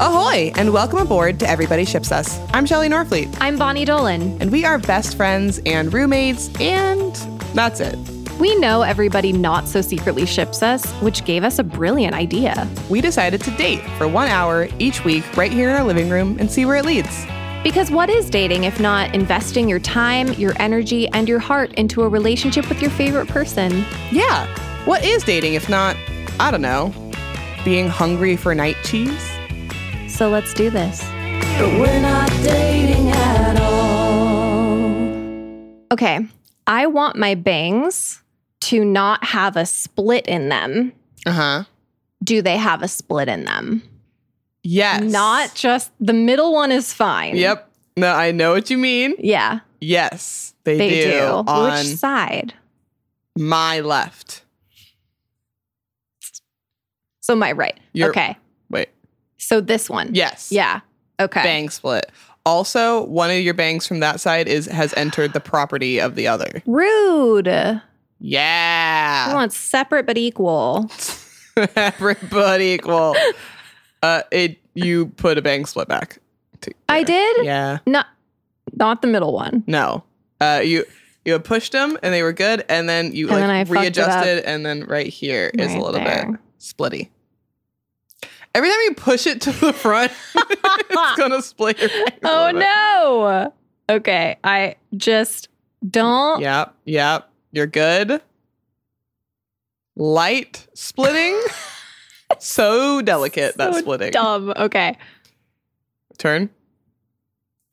Ahoy, and welcome aboard to Everybody Ships Us. I'm Shelly Norfleet, I'm Bonnie Dolan. and we are best friends and roommates, and that's it. We know everybody not so secretly ships us, which gave us a brilliant idea. We decided to date for one hour each week right here in our living room and see where it leads. Because what is dating if not investing your time, your energy, and your heart into a relationship with your favorite person? Yeah, what is dating if not, I don't know, being hungry for night cheese? So let's do this. We're not dating at all. Okay, I want my bangs to not have a split in them. Uh huh. Do they have a split in them? Yes. Not just the middle one is fine. Yep. No, I know what you mean. Yeah, Yes, they, they do, do. on Which side? my left. So my right. Your- okay. Wait. So this one. Yes. Yeah. Okay. Bang split. Also, one of your bangs from that side is has entered the property of the other. Rude. Ah. We Yeah. want separate but equal. Everybody equal. Uh it you put a bang split back. together. I did. Yeah. Not not the middle one. No. Uh you you had pushed them and they were good and then you And like then I fucked it readjusted and then right here is Right a little there. bit splitty. Every time you push it to the front, it's gonna split your bangs a Oh little bit. no. Okay. I just don't. Yep, yep. You're good. Light splitting. so delicate that So splitting. Dumb. Okay. Turn.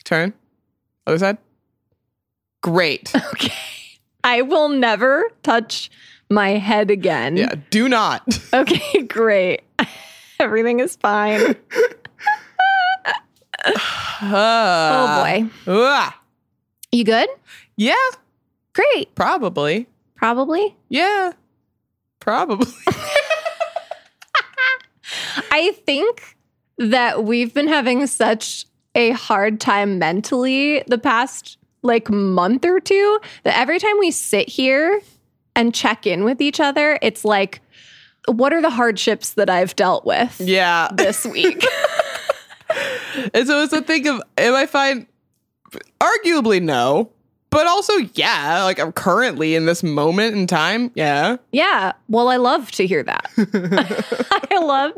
Turn. Other side. Great. Okay. I will never touch my head again. yeah. Do not. Okay. Great. Everything is fine. Uh, oh boy. boy. You good? Yeah, Great. probably. Probably. Yeah. Probably. I think that we've been having such a hard time mentally the past like month or two that every time we sit here and check in with each other, it's like, what are the hardships that I've dealt with Yeah. this week? And so it's a thing of am I fine? Arguably no. But also, yeah, like I'm currently in this moment in time. Yeah. yeah. Well, I love to hear that. I love.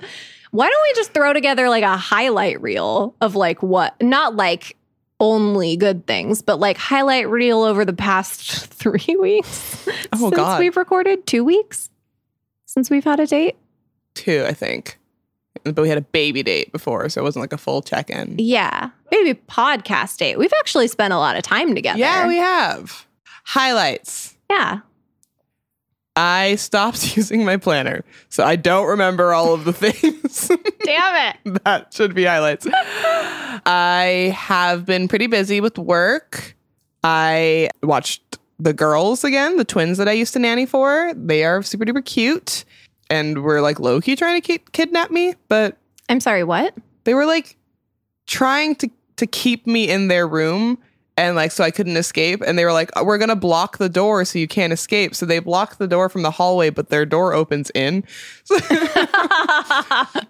Why don't we just throw together like a highlight reel of like what, not like only good things, but like highlight reel over the past three weeks? Oh, since God. we've recorded two weeks since we've had a date. Two, I think. But we had a baby date before, so it wasn't like a full check in. Yeah, maybe podcast date. We've actually spent a lot of time together. Yeah, we have. Highlights. yeah. I stopped using my planner, so I don't remember all of the things Damn it. that should be highlights. I have been pretty busy with work. I watched the girls again, the twins that I used to nanny for. They are super duper cute and were like low key trying to keep, kidnap me, but I'm sorry. What? they were like trying to to keep me in their room and like so I couldn't escape and they were like we're going to block the door so you can't escape so they blocked the door from the hallway but their door opens in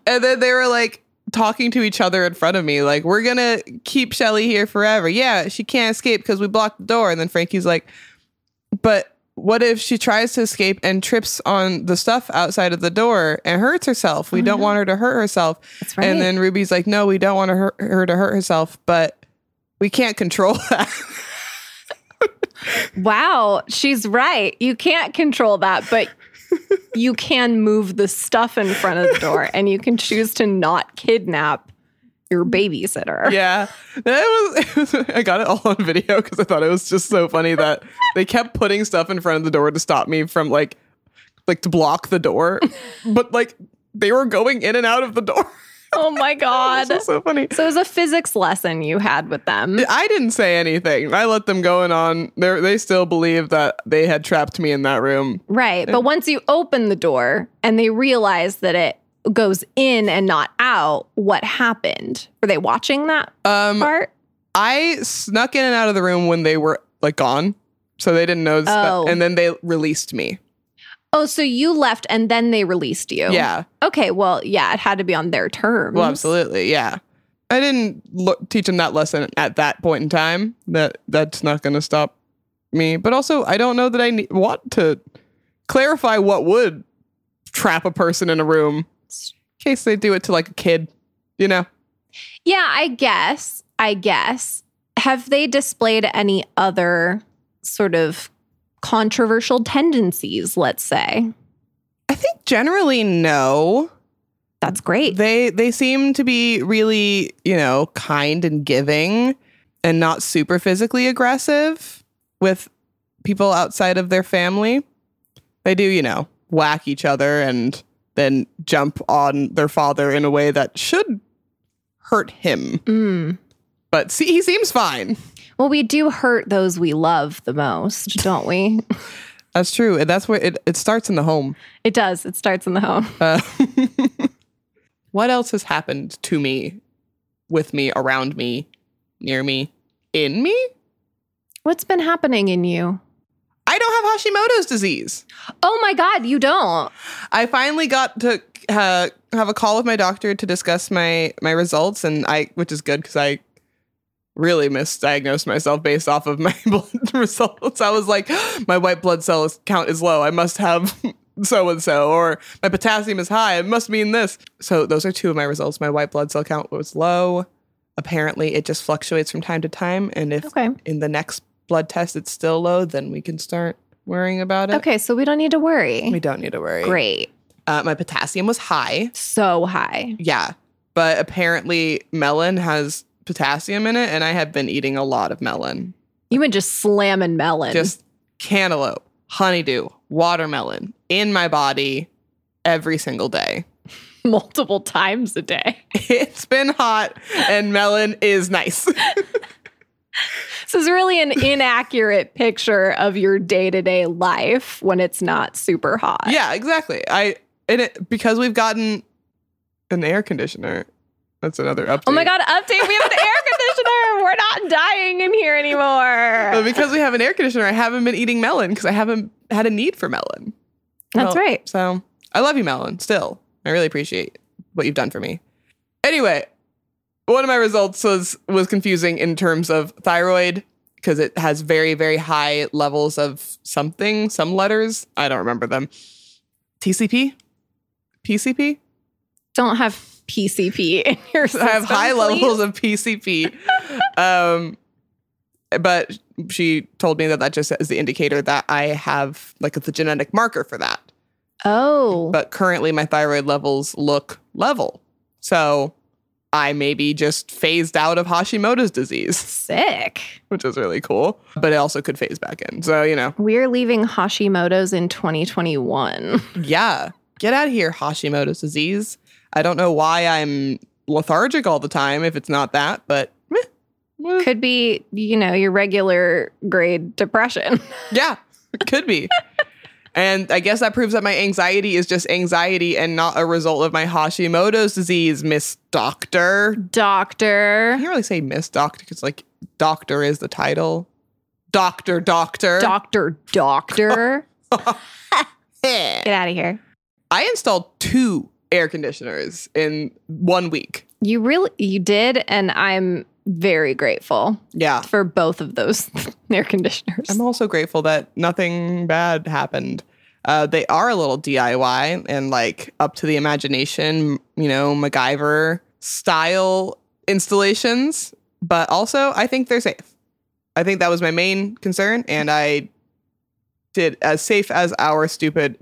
and then they were like talking to each other in front of me like we're going to keep Shelly here forever yeah she can't escape cuz we blocked the door and then Frankie's like but what if she tries to escape and trips on the stuff outside of the door and hurts herself? We don't want her to hurt herself. That's right. And then Ruby's like, no, we don't want her, her to hurt herself, but we can't control that. Wow, she's right. You can't control that, but you can move the stuff in front of the door and you can choose to not kidnap your babysitter. yeah. That was, I got it all on video because I thought it was just so funny that they kept putting stuff in front of the door to stop me from like, like to block the door, but like they were going in and out of the door. Oh my God. It was so funny. So it was a physics lesson you had with them. I didn't say anything. I let them go and on. They they still believe that they had trapped me in that room. Right. But once you open the door and they realize that it goes in and not out, what happened? Were they watching that Um, part? I snuck in and out of the room when they were like gone, so they didn't know. that- Oh. and then they released me. Oh, so you left and then they released you. Yeah. Okay. Well, yeah, it had to be on their terms. Well, absolutely. Yeah. I didn't lo- teach him that lesson at that point in time. That that's not going to stop me. But also, I don't know that I ne- want to clarify what would trap a person in a room in case they do it to like a kid. You know, Yeah, I guess. I guess. Have they displayed any other sort of controversial tendencies, let's say? I think generally no. That's great. They they seem to be really you know kind and giving, and not super physically aggressive with people outside of their family. They do you know whack each other and then jump on their father in a way that should hurt him. Mm. But see, he seems fine. Well, we do hurt those we love the most, don't we? That's true. And that's where it, it starts in the home. it does. It starts in the home. Uh, what else has happened to me, with me, around me, near me, in me? What's been happening in you? I don't have Hashimoto's disease. Oh my God, you don't. I finally got to uh, have a call with my doctor to discuss my my results, and I, which is good because I really misdiagnosed myself based off of my blood results. I was like, my white blood cell is- count is low. I must have so and so, or my potassium is high. It must mean this. So those are two of my results. My white blood cell count was low. Apparently, it just fluctuates from time to time, and if Okay. in the next blood test it's still low, then we can start worrying about it. Okay, so we don't need to We worry. don't need to worry. Great. Uh, my potassium was high. So high. Yeah. But apparently, melon has potassium in it, and I have been eating a lot of melon. You been just slamming melon. Just cantaloupe, honeydew, watermelon in my body every single day. multiple times a day. It's been hot, and melon is nice. This is really an inaccurate picture of your day to day life when it's not super hot. yeah, exactly. I and it, because we've gotten an air conditioner. That's another update. Oh my God, update. We have an air conditioner. We're not dying in here But anymore. because we have an air conditioner, I haven't been eating melon because I haven't had a need for melon. That's Well, right. So I love you, Melon, still. I really appreciate what you've done for me. Anyway, one of my results was was confusing in terms of thyroid because it has very, very high levels of something, some letters. I don't remember them. TCP? PCP? Don't have PCP in your I system. have high please. levels of PCP. um, but she told me that that just is the indicator that I have like the genetic marker for that. Oh, but currently my thyroid levels look level. So I may be just phased out of Hashimoto's disease, sick. which is really cool, but it also could phase back in. So, you know, We're leaving Hashimoto's in 2021. yeah, get out of here, Hashimoto's disease. I don't know why I'm lethargic all the time if it's not that, but meh. Well, Could be, you know, your regular grade depression. yeah, could be. And I guess that proves that my anxiety is just anxiety and not a result of my Hashimoto's disease, Miss Doctor. I Doctor. can't really say Miss Doctor because like Doctor is the title. Doctor, Doctor. Doctor, doctor. Eh. Get out of here. I installed two air conditioners in one week. You really you did, and I'm very grateful Yeah. for both of those air conditioners. I'm also grateful that nothing bad happened. Uh, they are a little DIY and like up to the imagination, you know, MacGyver style installations. But also, I think they're safe. I think that was my main concern, and I did as safe as our stupid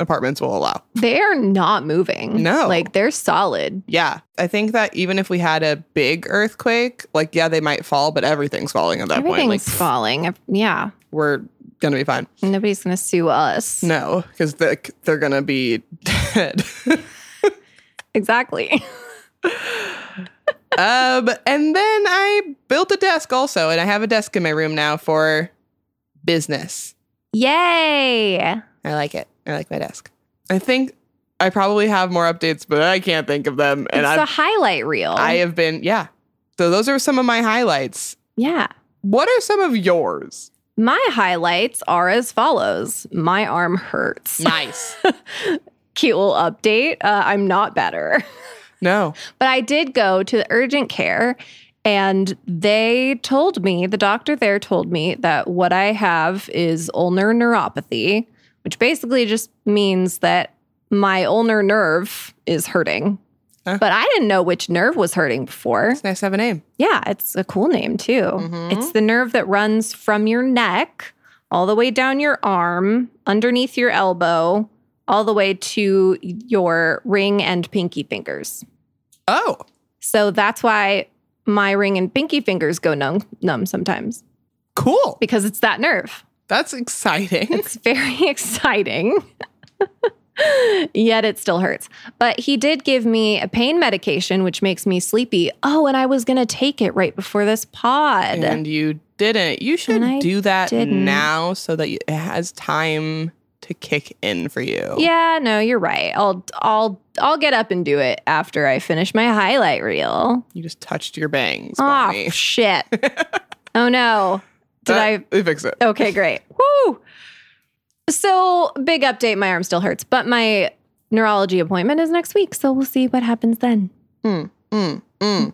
apartments will allow. they are not moving. No. Like they're solid. Yeah, I think that even if we had a big earthquake, like yeah, they might fall, but everything's falling at that Everything's point. Like falling. Ev- Yeah. we're gonna be fine. Nobody's gonna sue us. No, because they're, they're gonna be dead. Exactly. um, and then I built a desk also, and I have a desk in my room now for business. Yay. I like it. I like my desk. I think I probably have more updates, but I can't think of them. And it's a I, highlight reel. I have been, yeah. So those are some of my highlights. yeah. What are some of yours? My highlights are as follows. My arm hurts. Nice. Cute little update. Uh, I'm not better. No. But I did go to the urgent care and they told me, the doctor there told me that what I have is ulnar neuropathy, which basically just means that my ulnar nerve is hurting. Huh. But I didn't know which nerve was hurting before. It's nice to have a name. Yeah, it's a cool name too. It's the nerve that runs from your neck all the way down your arm, underneath your elbow, all the way to your ring and pinky fingers. Oh. So that's why my ring and pinky fingers go numb, numb sometimes Cool. because it's that nerve. That's exciting. It's very exciting. Yet it still hurts. But he did give me a pain medication, which makes me sleepy. Oh, and I was going to take it right before this pod. and you didn't. You should uh, And I do that didn't. now so that it has time to kick in for you. Yeah, no, you're right. I'll I'll I'll get up and do it after I finish my highlight reel. You just touched your bangs. Oh Bonnie. shit. oh no. Did I Oh. That- We fix it. Okay, great. Woo! So, big update, my arm still hurts, but my neurology appointment is next week, so we'll see what happens then. Mm, mm. Mm,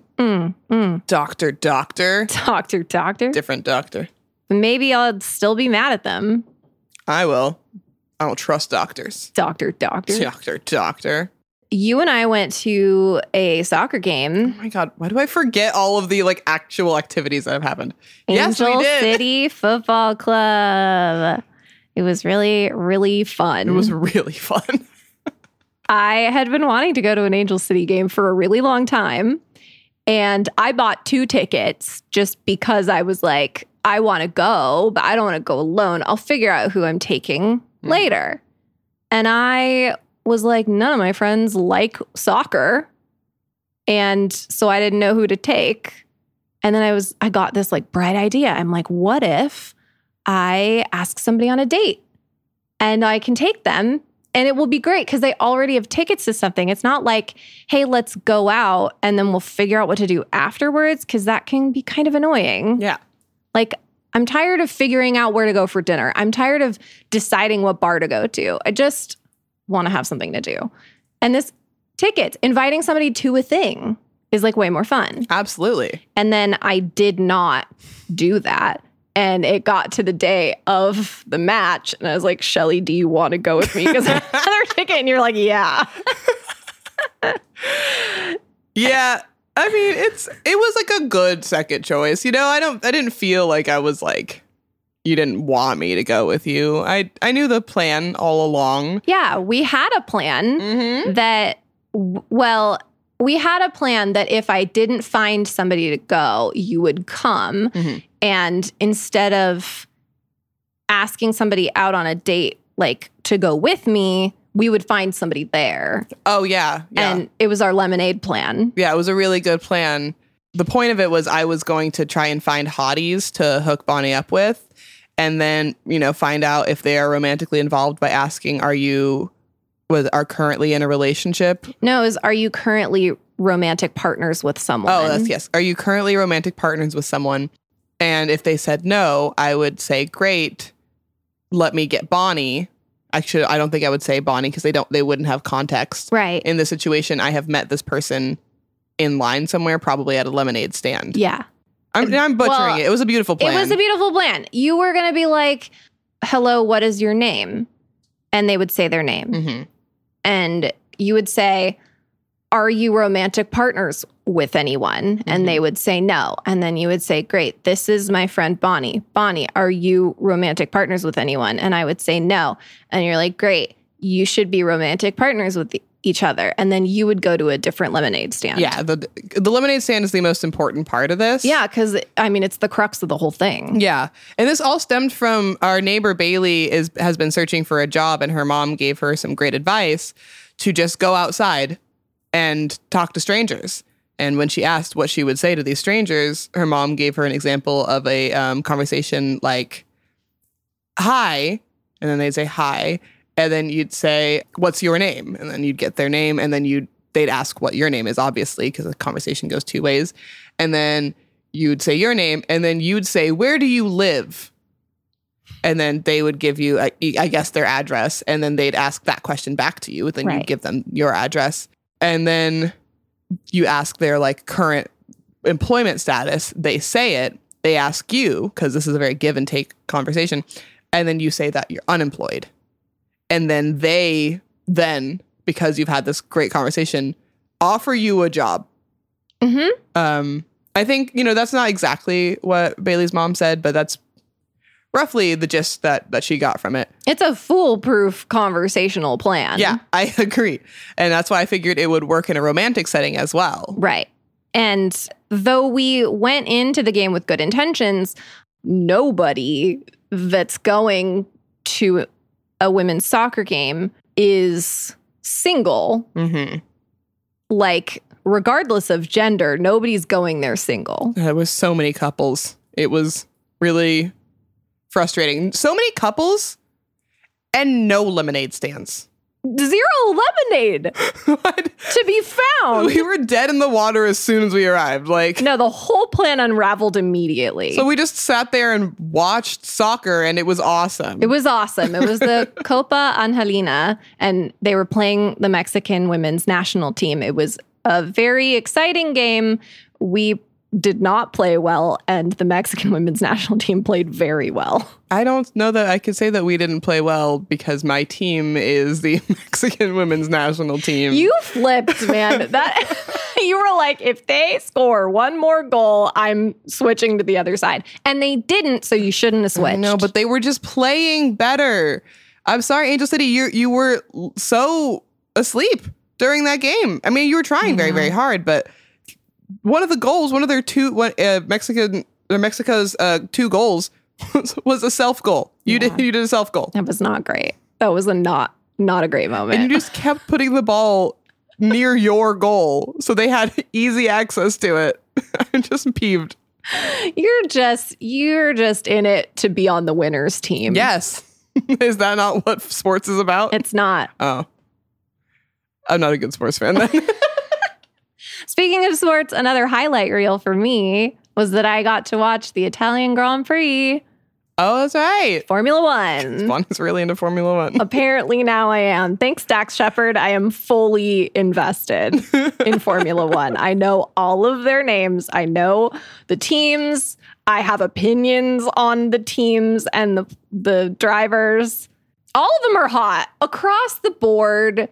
mm. Doctor, doctor. Doctor, doctor. Different doctor. Maybe I'll still be mad at them. I will. I don't trust doctors. Doctor, doctor. Doctor, doctor. You and I went to a soccer game. Oh my God. Why do I forget all of the like actual activities that have happened? yes, Angel we did. City Football Club. It was really, really fun. It was really fun. I had been wanting to go to an Angel City game for a really long time. And I bought two tickets just because I was like, I want to go, but I don't want to go alone. I'll figure out who I'm taking later. And I was like, none of my friends like soccer. And so I didn't know who to take. And then I was, I got this like bright idea. I'm like, what if I ask somebody on a date and I can take them and it will be great because they already have tickets to something. It's not like, hey, let's go out and then we'll figure out what to do afterwards because that can be kind of annoying. Yeah. Like, I'm tired of figuring out where to go for dinner. I'm tired of deciding what bar to go to. I just want to have something to do. And this tickets, inviting somebody to a thing is like way more fun. Absolutely. And then I did not do that. And it got to the day of the match. And I was like, Shelly, do you want to go with me? Because I have another ticket. And you're like, yeah. Yeah. I mean, it's it was like a good second choice. You know, I don't I didn't feel like I was like you didn't want me to go with you. I I knew the plan all along. Yeah. We had a plan Mm-hmm. that, w- well, we had a plan that if I didn't find somebody to go, you would come. Mhm. And instead of asking somebody out on a date, like to go with me, we would find somebody there. Oh yeah. Yeah. And it was our lemonade plan. yeah, it was a really good plan. The point of it was I was going to try and find hotties to hook Bonnie up with and then, you know, find out if they are romantically involved by asking are you was are currently in a relationship? No, is are you currently romantic partners with someone? Oh, that's yes. Are you currently romantic partners with someone? And if they said no, I would say, "Great, let me get Bonnie." Actually, I don't think I would say Bonnie because they don't. They wouldn't have context right. in this situation. I have met this person in line somewhere, probably at a lemonade stand. yeah. I'm, I'm butchering Well, it. It was a beautiful plan. It was a beautiful plan. You were going to be like, "Hello, what is your name?" And they would say their name. Mhm. And you would say, "Are you romantic partners with anyone?" Mm-hmm. And they would say no. And then you would say, "Great. This is my friend Bonnie. Bonnie, are you romantic partners with anyone?" And I would say no. And you're like, "Great. You should be romantic partners with e-, each other." And then you would go to a different lemonade stand. Yeah, the the lemonade stand is the most important part of this. Yeah, because I mean, it's the crux of the whole thing. Yeah. And this all stemmed from our neighbor Bailey is has been searching for a job and her mom gave her some great advice to just go outside and talk to strangers. And when she asked what she would say to these strangers, her mom gave her an example of a um, conversation like hi and then they'd say hi and then you'd say what's your name and then you'd get their name and then you'd they'd ask what your name is obviously because the conversation goes two ways and then you'd say your name and then you'd say where do you live and then they would give you i, I guess their address and then they'd ask that question back to you then Right. you'd give them your address and then you ask their like current employment status, they say it, they ask you, because this is a very give and take conversation, and then you say that you're unemployed. And then they then, because you've had this great conversation, offer you a job. Mhm. Um, I think, you know, that's not exactly what Bailey's mom said, but that's roughly the gist that that she got from it. It's a foolproof conversational plan. Yeah, I agree. And that's why I figured it would work in a romantic setting as well. Right. And though we went into the game with good intentions, nobody that's going to a women's soccer game is single. Mm-hmm. Like, regardless of gender, nobody's going there single. There was so many couples. It was really frustrating. So many couples and no lemonade stands. Zero lemonade What? to be found. we were dead in the water as soon as we arrived. Like No, the whole plan unraveled immediately. so we just sat there and watched soccer and it was awesome. It was awesome. It was the Copa Angelina, and they were playing the Mexican women's national team. It was a very exciting game. We did not play well, and the Mexican women's national team played very well. I don't know that I could say that we didn't play well because my team is the Mexican women's national team. You flipped, man. That you were like, if they score one more goal, I'm switching to the other side, and they didn't. So you shouldn't have switched. No, but they were just playing better. I'm sorry, Angel City, you you were l- so asleep during that game. I mean, you were trying Mm-hmm. very very hard, but one of the goals, one of their two one, uh, Mexican or Mexico's uh, two goals was a self goal. You did you did a self goal, that was not great. That was a not not a great moment. and you just kept putting the ball near your goal, so they had easy access to it. I'm just peeved. You're just you're just in it to be on the winners team. Yes, is that not what sports is about? It's not. Oh. I'm not a good sports fan then. Speaking of sports, another highlight reel for me was that I got to watch the Italian Grand Prix oh, that's right. Formula 1. Juan is really into Formula Uh, One. Apparently now I am. Thanks Dax Shepard, I am fully invested in Formula 1. I know all of their names. I know the teams. I have opinions on the teams and the the drivers. All of them are hot across the board.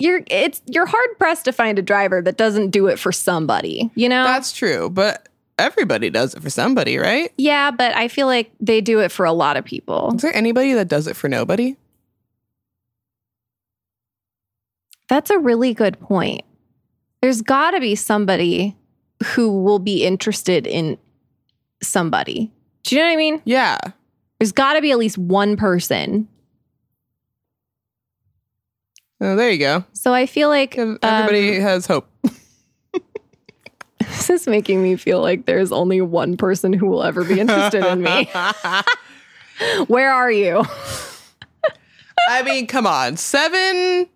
You're it's you're hard pressed to find a driver that doesn't do it for somebody, you know? That's true, but everybody does it for somebody, right? yeah, but I feel like they do it for a lot of people. Is there anybody that does it for nobody? That's a really good point. There's got to be somebody who will be interested in somebody. Do you know what I mean? Yeah. There's got to be at least one person. Oh, there you go. So I feel like um, Everybody has hope. this is making me feel like there's only one person who will ever be interested in me. Where are you? I mean, come on. Seven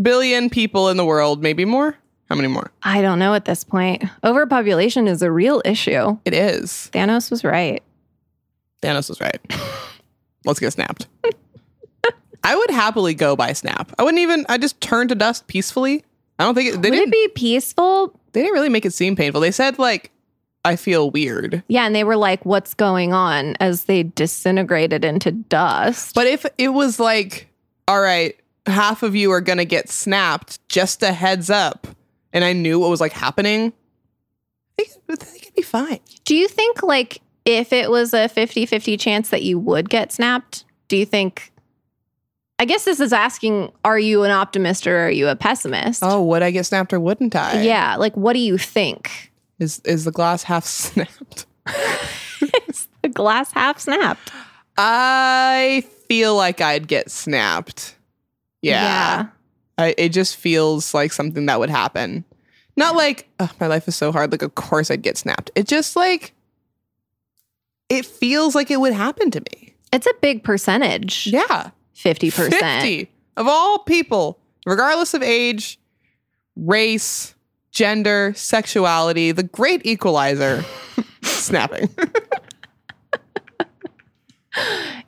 billion people in the world, maybe more. How many more? I don't know at this point. Overpopulation is a real issue. It is. Thanos was right. Thanos was right. Let's get snapped. I would happily go by snap. I wouldn't even. I just turn to dust peacefully. I don't think it, they Would didn't. it be peaceful? they didn't really make it seem painful. They said like, "I feel weird." Yeah, and they were like, "What's going on?" as they disintegrated into dust. But if it was like, "All right, half of you are gonna get snapped," just a heads up, and I knew what was like happening, I think, I think it'd be fine. Do you think like if it was a 50-50 chance that you would get snapped, do you think I guess this is asking are you an optimist or are you a pessimist? Oh, would I get snapped or wouldn't I? Yeah, like what do you think? Is is the glass half snapped? It's the glass half snapped. I feel like I'd get snapped. Yeah. I, it just feels like something that would happen. Not like, oh, my life is so hard. Like, of course I'd get snapped. It just like, it feels like it would happen to me. It's a big percentage. Yeah. 50%. 50 of all people, regardless of age, race, gender, sexuality, the great equalizer, snapping.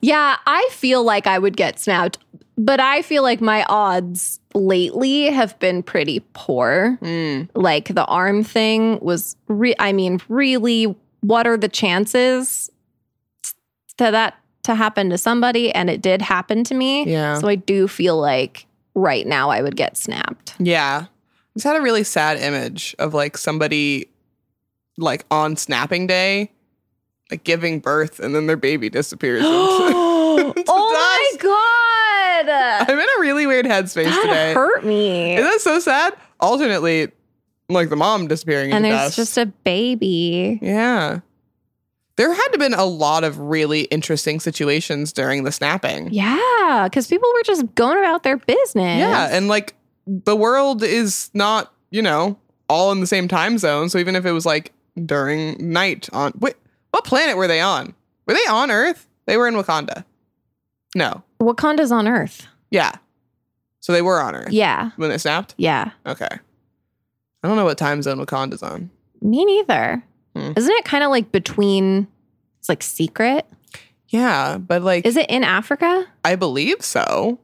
Yeah, I feel like I would get snapped but I feel like my odds lately have been pretty poor. Mm. Like the arm thing was, re- I mean, really, what are the chances to that to happen to somebody? And it did happen to me. Yeah. So I do feel like right now I would get snapped. Yeah. I just had a really sad image of like somebody like on snapping day, like giving birth and then their baby disappears. into- oh my dust. god, I'm in a really weird headspace that today. hurt me. Isn't that so sad? Alternately, like the mom disappearing and into there's dust. just a baby. yeah. There had to been a lot of really interesting situations during the snapping. Yeah, because people were just going about their business. Yeah, and like the world is not, you know, all in the same time zone. So even if it was like during night on wait, what planet were they on? Were they on Earth? They were in Wakanda. No. Wakanda's on Earth. Yeah. So they were on Earth Yeah, when it snapped? yeah. Okay. I don't know what time zone Wakanda's on. Me neither. Hmm. Isn't it kind of like between? It's like secret. Yeah, but like Is it in Africa? I believe so.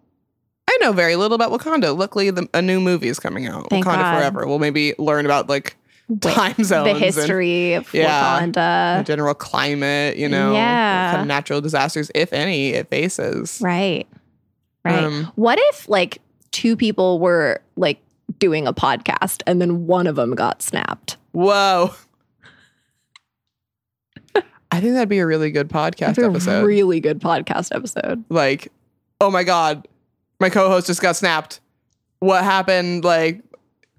I know very little about Wakanda. Luckily, the, a new movie is coming out, Thank Wakanda God. Forever. We'll maybe learn about like Wait, time zones, the and- history of Yeah. the Wakanda. general climate, you know, Uh, Yeah. what kind of natural disasters, if any, it faces. Right. Right. Um, what if like two people were like doing a podcast and then one of them got snapped? Whoa. I think that'd be a really good That'd podcast be a episode. really good podcast episode. like, oh my God, my co host just got snapped. What happened? Like,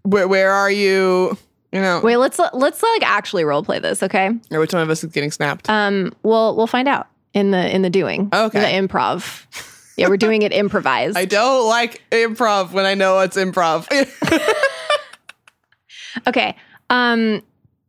where, where are you? You know, Wait, let's let's like actually role play this, okay? or which one of us is getting snapped? Um, we'll we'll find out in the in the doing. Okay. The improv. Yeah, we're doing it improvised. I don't like improv when I know it's improv. okay. Um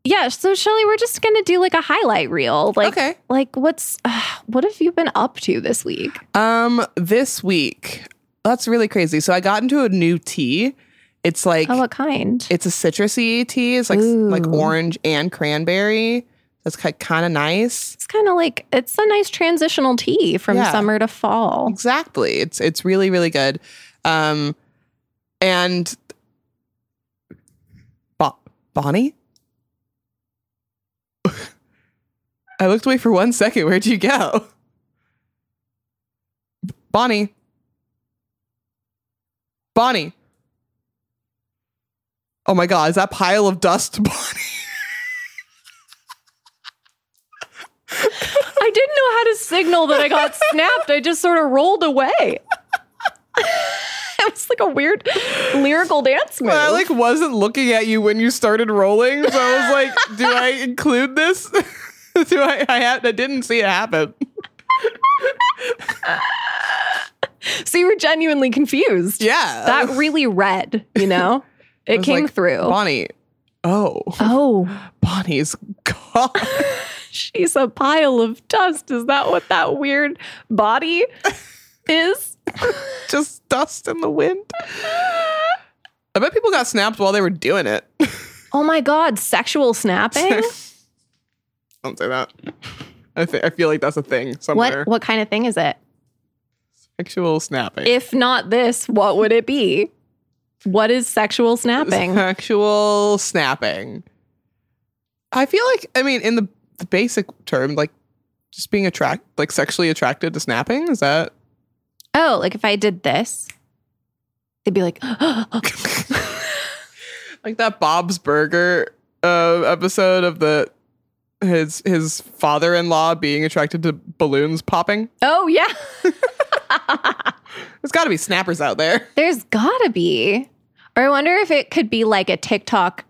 yeah, so Shelly, we're just gonna do like a highlight reel. Like Okay. like what's uh, what have you been up to this week? um, this week, that's really crazy. So I got into a new tea. It's like Oh, what kind? It's a citrusy tea. It's like like Ooh. orange and cranberry. That's kind of nice. it's kind of like it's a nice transitional tea from Yeah. summer to fall. Exactly. It's it's really really good. Um, and Bo- Bonnie. I looked away for one second. Where'd you go, Bonnie? Bonnie. Oh my God! Is that pile of dust, Bonnie? I didn't know how to signal that I got snapped. I just sort of rolled away. it was like a weird lyrical dance move. But I like wasn't looking at you when you started rolling, so I was like, "Do I include this? Do I? I, ha- I didn't see it happen." so you were genuinely confused. Yeah, That really read, you know? It was came like, through. Bonnie. Oh, oh, Bonnie's gone. she's a pile of dust. Is that what that weird body is? Just dust in the wind. I bet people got snapped while they were doing it. Oh my God, sexual snapping? Don't say that. I, th- I feel like that's a thing somewhere. what what kind of thing is it? Sexual snapping. If not this, what would it be? What is sexual snapping? Actual snapping. I feel like I mean in the, the basic term, like just being attract like sexually attracted to snapping, is that Oh, like if I did this, they'd be like, oh like that Bob's Burger uh, episode of the his his father in law being attracted to balloons popping? oh yeah. There's gotta be snappers out there. There's gotta be. Or I wonder if it could be like a TikTok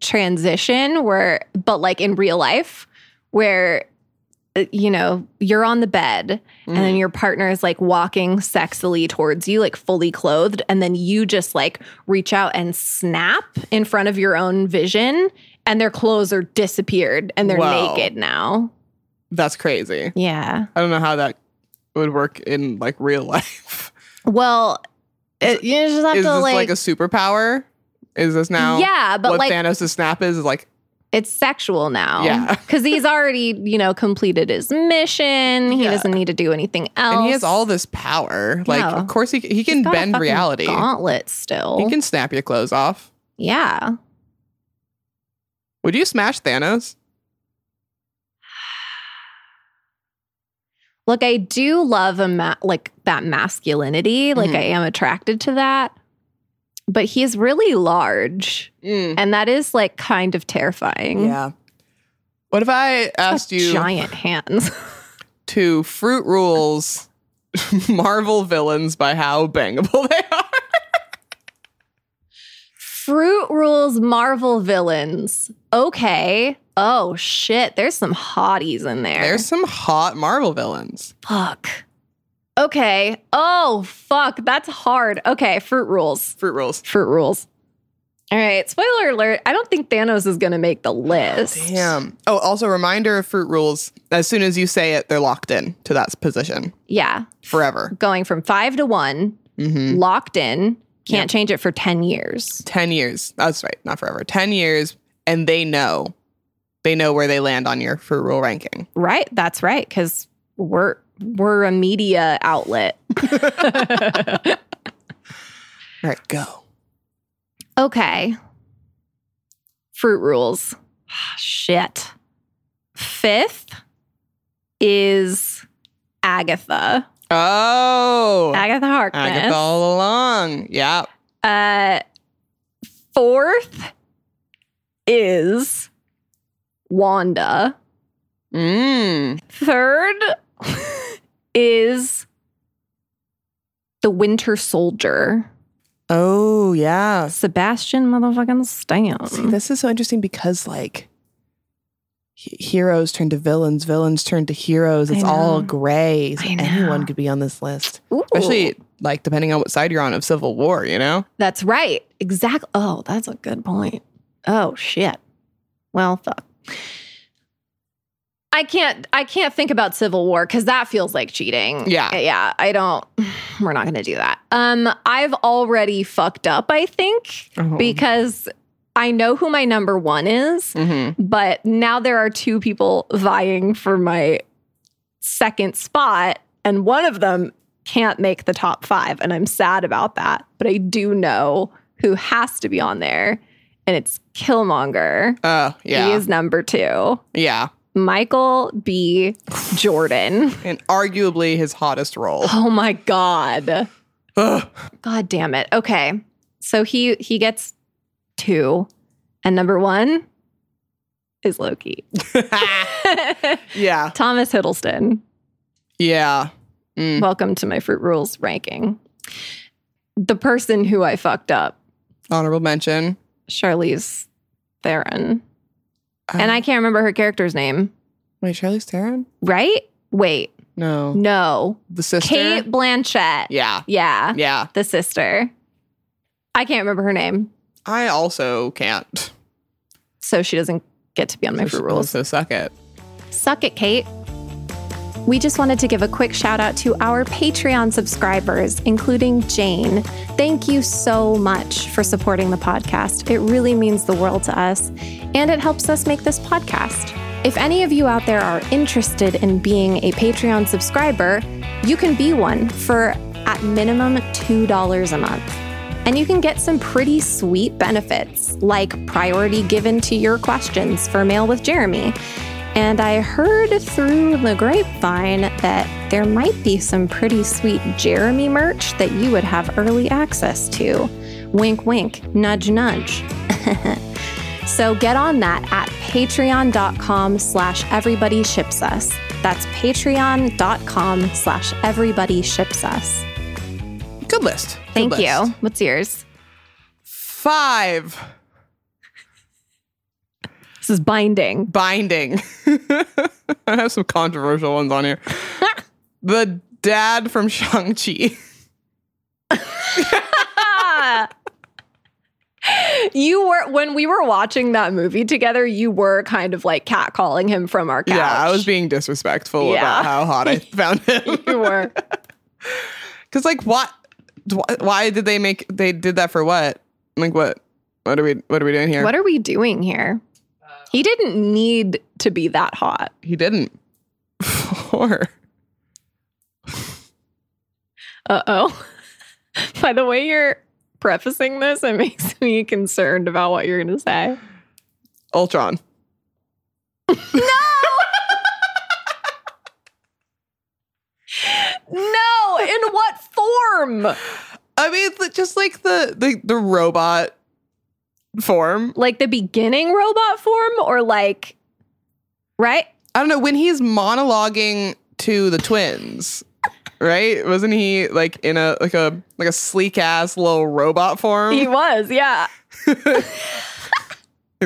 transition where, but like in real life, where, uh, you know, you're on the bed and Mm. then your partner is like walking sexily towards you, like fully clothed. And then you just like reach out and snap in front of your own vision and their clothes are disappeared and they're Wow. naked now. That's crazy. Yeah. I don't know how that would work in like real life. Well, it, you just have Is to this like, like, a superpower? Is this now yeah, but what like, Thanos' snap is, is like it's sexual now. Yeah. Because he's already, you know, completed his mission. He Yeah. doesn't need to do anything else. And he has all this power. Like, Oh, Yeah. of course, he, he can He's got a bend fucking reality. Gauntlet still. He can snap your clothes off. yeah. Would you smash Thanos? Look, I do love a ma- like that masculinity. Like Mhm. I am attracted to that. But he's really large, and that is like kind of terrifying. What if I asked Like, you giant hands. to fruit rules Marvel villains by how bangable they are? Fruit rules Marvel villains. Okay. Oh shit, there's some hotties in there. There's some hot Marvel villains. fuck. Okay. Oh fuck, that's hard. Okay, fruit rules. Fruit rules. Fruit rules. All right, spoiler alert. I don't think Thanos is going to make the list. Damn. Oh, also reminder of fruit rules. As soon as you say it, they're locked in to that position Yeah. forever. Going from 5 to 1, hmm locked in. Can't Yeah. change it for 10 years. 10 years. That's right. Not forever. 10 years. And they know. They know where they land on your fruit rule ranking. Right? That's right cuz we're we're a media outlet. All right, go. Okay. Fruit rules. Ah, Shit. Fifth is Agatha. Oh. Agatha Harkness. Agatha all along. Yeah. Uh, fourth is Wanda. Mm. Third is the Winter Soldier. Oh, yeah. Sebastian motherfucking Stan. See, this is so interesting because like he- heroes turn to villains, villains turn to heroes. I It's all know. gray. So I know. anyone could be on this list, Ooh. especially like depending on what side you're on of Civil War. You know, That's right. Exactly. Oh, that's a good point. Oh shit. Well, fuck. I can't. I can't think about Civil War because that feels like cheating. Yeah. Yeah. I don't. We're not gonna do that. Um, I've already fucked up. I think Oh. because I know who my number one is, Mhm. but now there are two people vying for my second spot, and one of them can't make the top five. And I'm sad about that. But I do know who has to be on there, and it's Killmonger. Oh, yeah, He is number two. yeah, Michael B. Jordan. and arguably his hottest role. Oh my God. Ugh. God damn it. Okay. So he he gets two. And number one is Loki. yeah, Thomas Hiddleston. yeah. Mm. Welcome to my Fruit Rules ranking. The person who I fucked up, Honorable mention. Charlize Theron. Um, and I can't remember her character's name, wait, Charlize Theron? right? Wait. No, No. the sister. Kate Blanchett. Yeah, Yeah. yeah. The sister. I can't remember her name. I also can't. So she doesn't get to be on my Fruit Rules. So suck it. Suck it, Kate. We just wanted to give a quick shout out to our Patreon subscribers, including Jane. Thank you so much for supporting the podcast. It really means the world to us, and it helps us make this podcast. If any of you out there are interested in being a Patreon subscriber, you can be one for at minimum $2 a month. And you can get some pretty sweet benefits, like priority given to your questions for Mail with Jeremy. And I heard through the grapevine that there might be some pretty sweet Jeremy merch that you would have early access to. Wink, wink, nudge, nudge. So get on that at patreon.com slash everybody ships us. That's patreon.com slash everybody ships us. Good list. Good Thank list. you. What's yours? Five. This is binding. binding. I have some controversial ones on here. the dad from Shang-Chi. you were when we were watching that movie together, you were kind of like catcalling him from our couch. Yeah, I was being disrespectful Yeah. about how hot I found him. you were. Cuz like what wh- why did they make they did that for what? Like what? What are we what are we doing here? what are we doing here? He didn't need to be that hot. He didn't. Or Uh oh. By the way, you're prefacing this, it makes me concerned about what you're going to say. Ultron. No, in what form? I mean, the- just like the the, the robot form. Like the beginning robot form or like, right? I don't know when he's monologuing to the twins, right? Wasn't he like in a like a like a sleek ass little robot form? He was, yeah. he's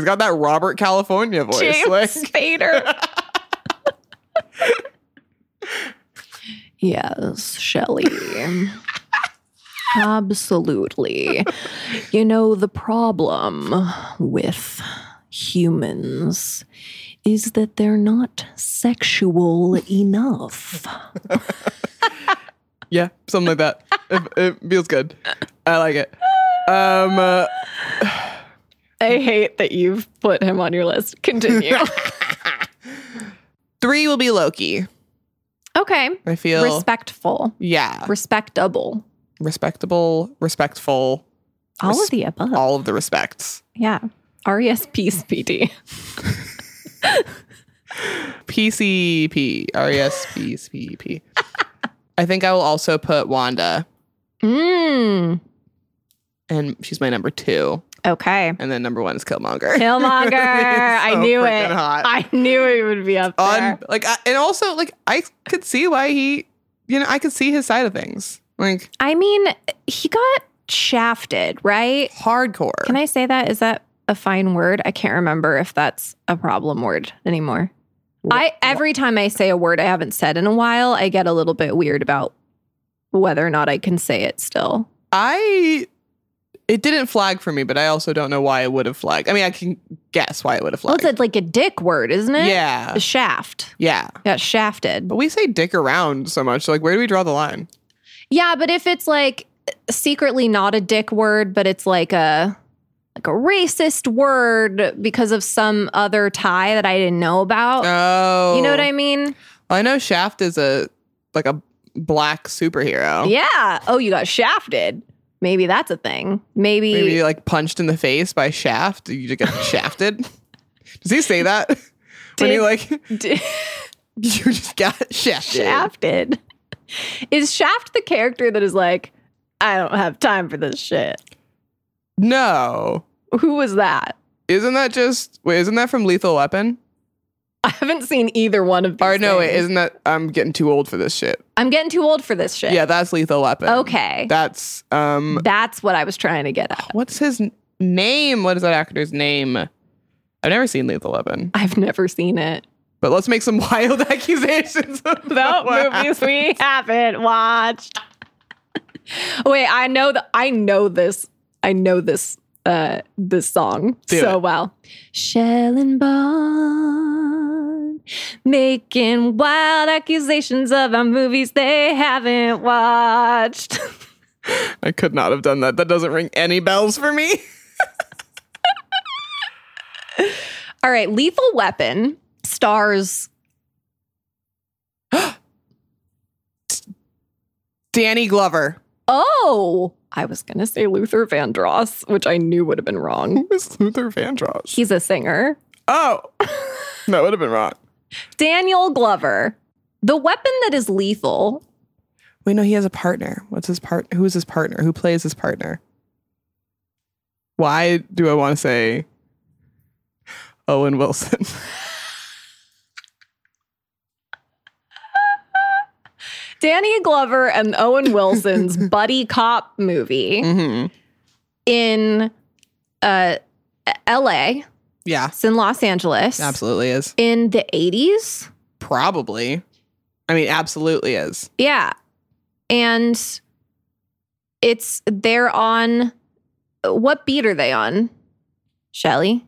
got that Robert California voice. James Like, Spader. yes, Shelley. Absolutely. You know, the problem with humans is that they're not sexual enough. yeah, something like that. it, it feels good. I like it. Um, uh, I hate that you've put him on your list. Continue. three will be Loki. okay. I feel Respectful, yeah, respectable, respectable, respectful, all Res- of the above. all of the respects. Yeah. R E S P S P D. PCP. R E S P S P E P. I think I will also put Wanda, Mmm. and she's my number two. Okay. And then number one is Killmonger. Killmonger. He's so I knew freaking it. hot. I knew it would be up there. On like, I, and also like, I could see why he, you know, I could see his side of things, like I mean, he got shafted, right? hardcore. Can I say that? Is that a fine word? I can't remember if that's a problem word anymore. I every time I say a word I haven't said in a while, I get a little bit weird about whether or not I can say it still. I it didn't flag for me, but I also don't know why it would have flagged. I mean, I can guess why it would have Well, flagged. it's a, like a dick word, isn't it? yeah, A shaft. yeah. Got shafted. But we say dick around so much. So like, where do we draw the line? Yeah, but if it's like secretly not a dick word, but it's like a like a racist word because of some other tie that I didn't know about. Oh, You know what I mean? I know Shaft is a like a black superhero. Yeah. Oh, you got shafted. Maybe that's a thing. Maybe, Maybe you, like punched in the face by Shaft. You just get shafted. Does he say that? when he Did- like d- you just got shafted. shafted. Is Shaft the character that is like, I don't have time for this shit? No. Who was that? Isn't that just wait, isn't that from Lethal Weapon? I haven't seen either one of these. Or no, wait, things. isn't that I'm getting too old for this shit. I'm getting too old for this shit. Yeah, that's Lethal Weapon. Okay. That's um That's what I was trying to get at. what's his n- name? What is that actor's name? I've never seen Lethal Weapon. I've never seen it. But let's make some wild accusations No about what movies we haven't watched. Wait, I know the I know this. I know this uh this song Do so it. well. Shell and Bond making wild accusations about movies they haven't watched. I could not have done that. That doesn't ring any bells for me. All right, Lethal Weapon stars Danny Glover. Oh, I was going to say Luther Vandross, which I knew would have been wrong. Who is Luther Vandross? He's a singer. Oh, that would have been wrong. Daniel Glover. The weapon that is lethal. Wait, no, he has a partner. What's his part? Who's his partner? Who plays his partner? Why do I want to say Owen Wilson? Danny Glover and Owen Wilson's buddy cop movie mm-hmm. in uh, LA. Yeah, It's in Los Angeles. absolutely is. In the 80s. Probably. I mean, absolutely is. Yeah. And it's, they're on, what beat are they on? Shelly?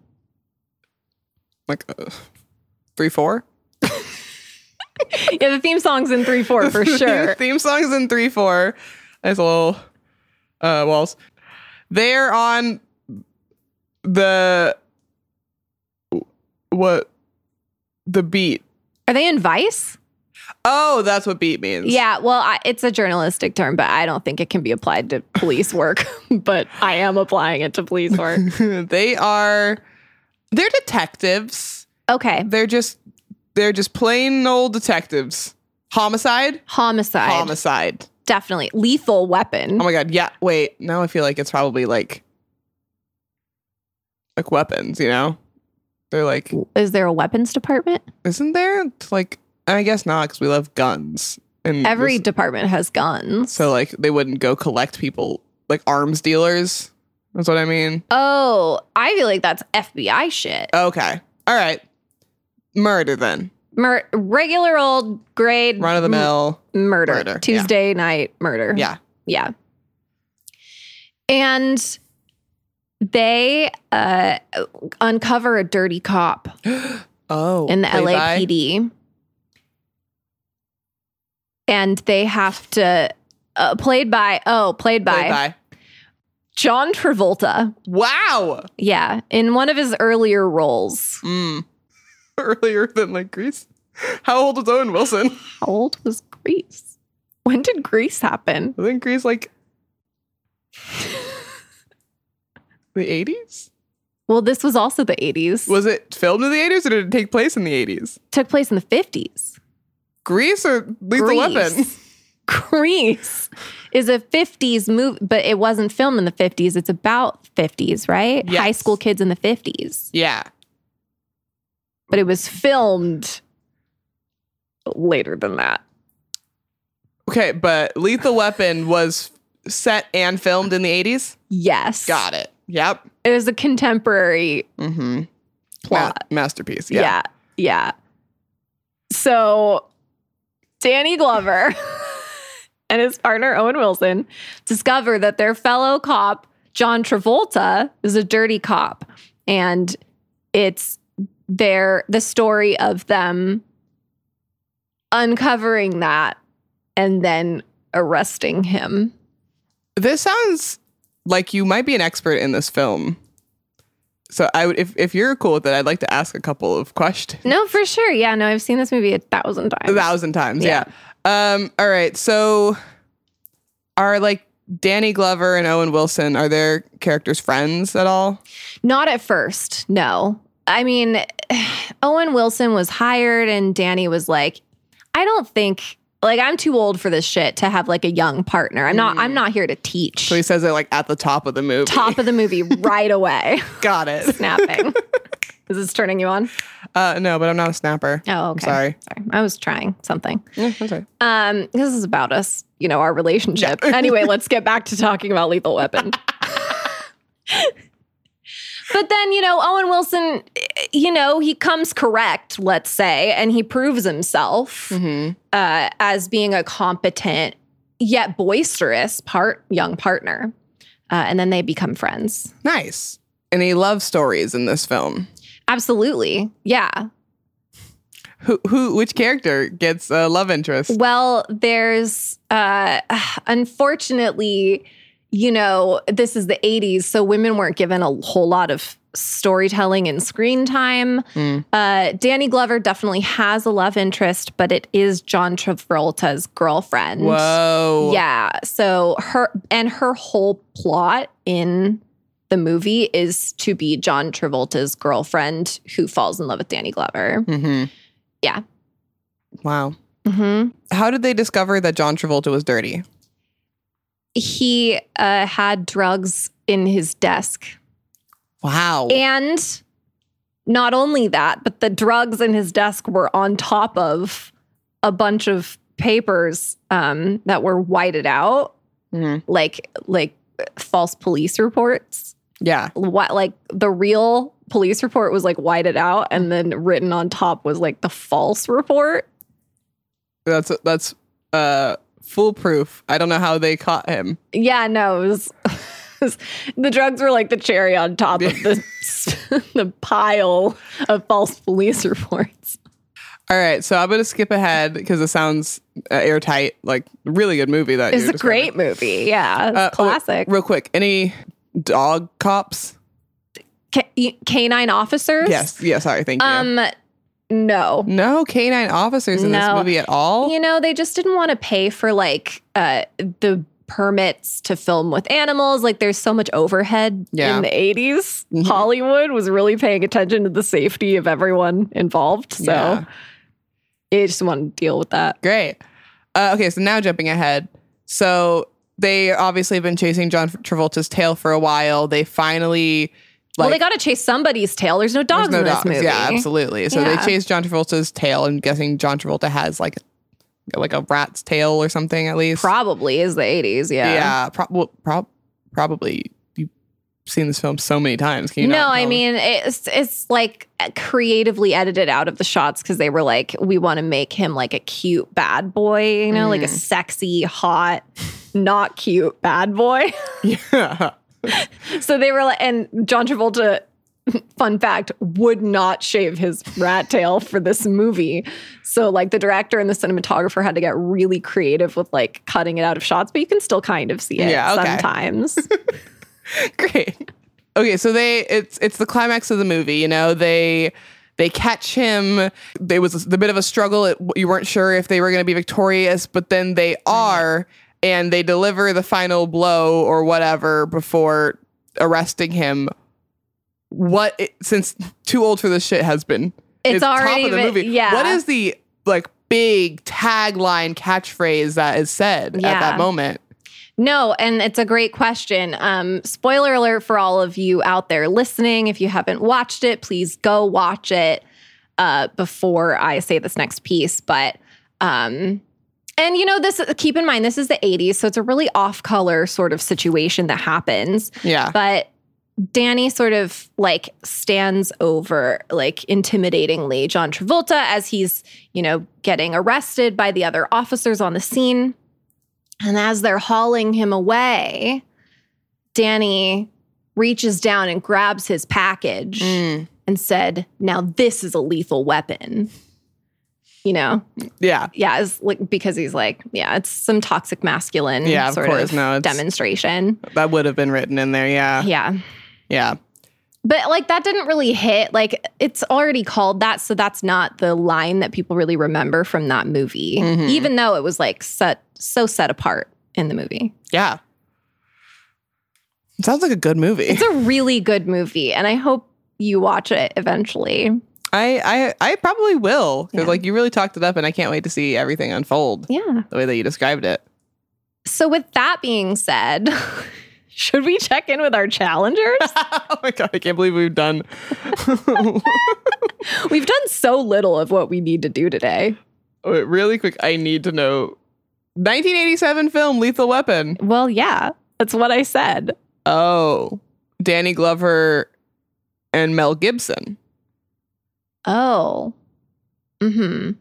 Like uh, three, four Yeah, the theme song's in 3 4 for sure. Theme songs in three, four. Nice little uh, walls. They're on the what the beat. Are they in Vice? Oh, that's what beat means. Yeah, well, I, it's a journalistic term, but I don't think it can be applied to police work. but I am applying it to police work. they are they're detectives. Okay, They're just they're just plain old detectives. Homicide? homicide, Homicide. definitely lethal weapon. Oh my god, yeah. Wait, now I feel like it's probably like like weapons, you know? They're like Is there a weapons department? isn't there It's like I guess not cuz we love guns. And Every Mm, this- department has guns. so like they wouldn't go collect people like arms dealers. That's what I mean. oh, I feel like that's FBI shit. Okay. All right. Murder then. Mur- regular old grade Run of the mill. m- murder. murder, yeah. Tuesday night murder. Yeah. Yeah. And they uh, uncover a dirty cop Oh. in the play by? LAPD. And they have to, uh, played by, oh, played by, Play by. John Travolta. Wow. Yeah. In one of his earlier roles. Mm. Earlier than like Greece. How old was Owen Wilson? How old was Greece? When did Greece happen? I think Greece like the 80s? Well, this was also the 80s. Was it filmed in the 80s or did it take place in the 80s? Took place in the 50s. Greece or Lethal Weapon? Grease is a 50s movie, but it wasn't filmed in the 50s. It's about 50s, right? Yes. High school kids in the 50s. Yeah. But it was filmed later than that. Okay, but Lethal Weapon was set and filmed in the 80s? Yes. Got it. Yep. It was a contemporary Mm-hmm. plot. masterpiece. Yeah. Yeah. yeah. So Danny Glover and his partner Owen Wilson discover that their fellow cop, John Travolta, is a dirty cop. And it's their the story of them uncovering that and then arresting him. This sounds like you might be an expert in this film. So I would, if, if you're cool with it, I'd like to ask a couple of questions. No, for sure. Yeah, no, I've seen this movie a thousand A times. thousand times, yeah. Yeah. Um. All right. So, are like Danny Glover and Owen Wilson are their characters friends at all? Not at first, no. I mean, Owen Wilson was hired, and Danny was like, I don't think like I'm too old for this shit to have like a young partner. I'm not I'm not here to teach. So he says it like at the top of the movie. Top of the movie right away. Got it. Snapping. Is this turning you on? Uh, no, but I'm not a snapper. Oh, I'm okay. sorry. Sorry. I was trying something. Yeah, I'm sorry. Um, this is about us, you know, our relationship. anyway, let's get back to talking about Lethal Weapon. but then, you know, Owen Wilson, you know, he comes correct, let's say, and he proves himself Mhm. uh, as being a competent yet boisterous part young partner. Uh, and then they become friends. Nice. Any love stories in this film? Absolutely. Yeah. Who, who, which character gets a love interest? Well, there's uh unfortunately, you know, this is the 80s, so women weren't given a whole lot of storytelling and screen time. Mm. Uh Danny Glover definitely has a love interest, but it is John Travolta's girlfriend. Whoa. Yeah. So her and her whole plot in the movie is to be John Travolta's girlfriend who falls in love with Danny Glover. Mm-hmm. Yeah. Wow. Mhm. How did they discover that John Travolta was dirty? he uh, had drugs in his desk. Wow. And not only that, but the drugs in his desk were on top of a bunch of papers um, that were whited out, Mhm. like like false police reports. Yeah. What like the real police report was like whited out, and then written on top was like the false report. That's that's uh foolproof. I don't know how they caught him. Yeah, no, it was, the drugs were like the cherry on top of the the pile of false police reports. All right, so I'm gonna skip ahead because it sounds uh, airtight. Like really good movie that It's you're a great movie. Yeah, it's describing. Uh, oh, classic. real quick, any dog cops? Ca- e- canine officers. Yes. Yeah. Sorry. Thank you. Um, no. no canine officers in this no. movie at all. You know, they just didn't want to pay for like uh the permits to film with animals. Like there's so much overhead Yeah. in the 80s. Mhm. Hollywood was really paying attention to the safety of everyone involved. So Yeah. they just want to deal with that. Great. Uh, okay, so now jumping ahead. So they obviously have been chasing John Travolta's tail for a while. They finally like well, they got to chase somebody's tail. There's no there's dogs no in this dogs. movie. Yeah, absolutely. So Yeah. they chase John Travolta's tail. I'm guessing John Travolta has like like a rat's tail or something at least. Probably is the 80s. Yeah. yeah prob- well, prob- probably you've seen this film so many times. Can you No, not I tell me? mean it's it's like creatively edited out of the shots because they were like, we want to make him like a cute bad boy, you know, like Mm. a sexy, hot, not cute bad boy. yeah. so they were like, and John Travolta, fun fact, would not shave his rat tail for this movie. So like the director and the cinematographer had to get really creative with like cutting it out of shots, but you can still kind of see it Yeah, okay. sometimes. Great. Okay, so they it's it's the climax of the movie. You know they they catch him. There was a, the bit of a struggle. It, you weren't sure if they were going to be victorious, but then they are, and they deliver the final blow or whatever before arresting him. What it, since too old for this shit has been. It's already top of the been- movie. yeah. What is the like big tagline catchphrase that is said at Yeah. that moment? No, and it's a great question. Um, spoiler alert for all of you out there listening. If you haven't watched it, please go watch it uh, before I say this next piece. But, um, and you know, this keep in mind, this is the 80s, so it's a really off color sort of situation that happens. Yeah. But Danny sort of like stands over, like intimidatingly, John Travolta as he's, you know, getting arrested by the other officers on the scene. And as they're hauling him away, Danny reaches down and grabs his package Mm. and said, Now this is a lethal weapon. You know, Yeah. yeah, it's like because he's like, yeah, it's some toxic masculine Yeah, of sort course. No, it's- demonstration. That would have been written in there. Yeah. Yeah. Yeah. But like that didn't really hit. Like it's already called that, so that's not the line that people really remember from that movie. Mhm. Even though it was like set so set apart in the movie. Yeah. It sounds like a good movie. It's a really good movie and I hope you watch it eventually. I I, I probably will because Yeah. like you really talked it up, and I can't wait to see everything unfold Yeah. the way that you described it. So with that being said, should we check in with our challengers? oh my god! I can't believe we've done. We've done so little of what we need to do today. Wait, really quick, I need to know. 1987 film Lethal Weapon. Well, yeah, that's what I said. Oh, Danny Glover and Mel Gibson. Oh. Mm-hmm.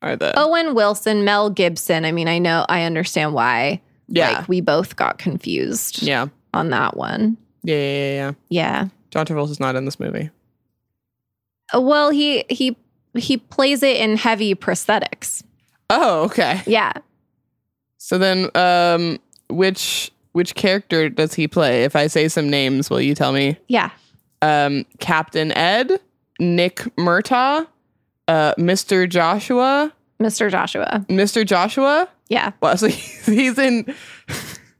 Are the Owen Wilson, Mel Gibson. I mean, I know I understand why. yeah. Like we both got confused yeah on that one. yeah yeah yeah yeah. Yeah. John Travolta's not in this movie. Uh, Well, he he he plays it in heavy prosthetics. Oh okay. Yeah. So then, um, which which character does he play? If I say some names, will you tell me? Yeah. Um, Captain Ed, Nick Murtaugh, uh, Mr. Joshua, Mr. Joshua. Mr. Joshua. Yeah. Wow, so he's, he's in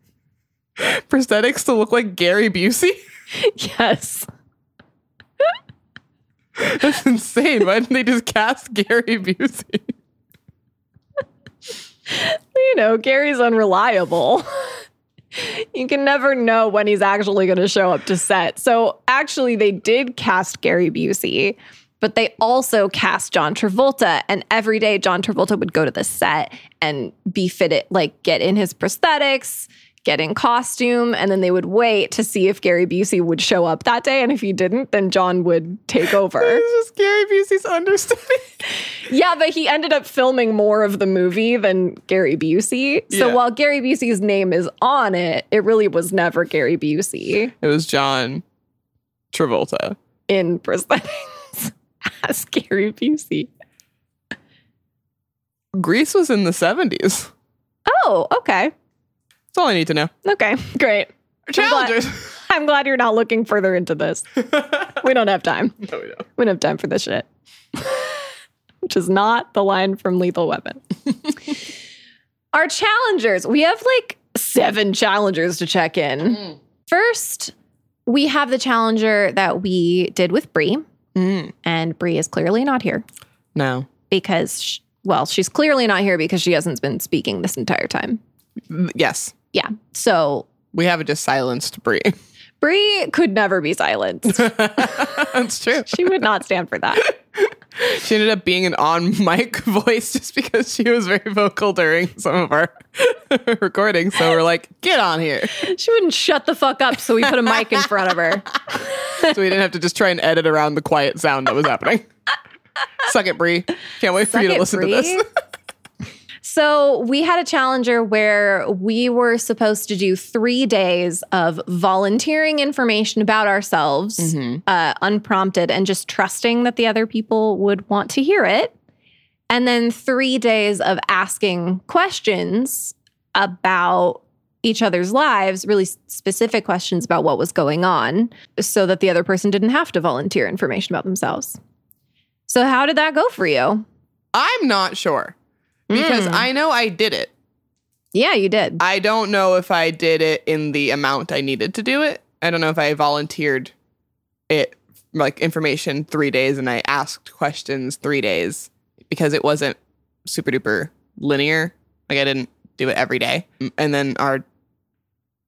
prosthetics to look like Gary Busey. yes. That's insane. Why didn't they just cast Gary Busey? You know, Gary's unreliable. you can never know when he's actually going to show up to set. So, actually they did cast Gary Busey, but they also cast John Travolta and every day John Travolta would go to the set and be fitted like get in his prosthetics, get in costume, and then they would wait to see if Gary Busey would show up that day and if he didn't, then John would take over. It's just Gary Busey's understudy. Yeah, but he ended up filming more of the movie than Gary Busey. So Yeah. while Gary Busey's name is on it, it really was never Gary Busey It was John Travolta. in prosthetics as Gary Busey. Greece was in the 70s. That's Oh, okay. all I need to know. Okay, great. Challengers. I'm glad you're not looking further into this. we don't have time. No, we don't. We don't have time for this shit. Which is not the line from Lethal Weapon. Our challengers, we have like seven challengers to check in. First, we have the challenger that we did with Bree, Mm. and Bree is clearly not here No. because, sh well, she's clearly not here because she hasn't been speaking this entire time. Th- Yes. Yeah. So We have just silenced Brie. Bree could never be silenced. That's true. she would not stand for that. She ended up being an on mic voice just because she was very vocal during some of our recordings. So we're like, get on here. She wouldn't shut the fuck up, so we put a mic in front of her. So we didn't have to just try and edit around the quiet sound that was happening. Suck it, Brie. Can't wait for you to listen Suck it, to Bree. this. So we had a challenger where we were supposed to do three days of volunteering information about ourselves, Mm-hmm. uh, unprompted, and just trusting that the other people would want to hear it. And then three days of asking questions about each other's lives, really s- specific questions about what was going on, so that the other person didn't have to volunteer information about themselves. So, how did that go for you? I'm not sure because Mm. I know I did it. Yeah, you did. I don't know if I did it in the amount I needed to do it. I don't know if I volunteered it like information three days and I asked questions three days because it wasn't super duper linear. Like I didn't do it every day. Mm, And then our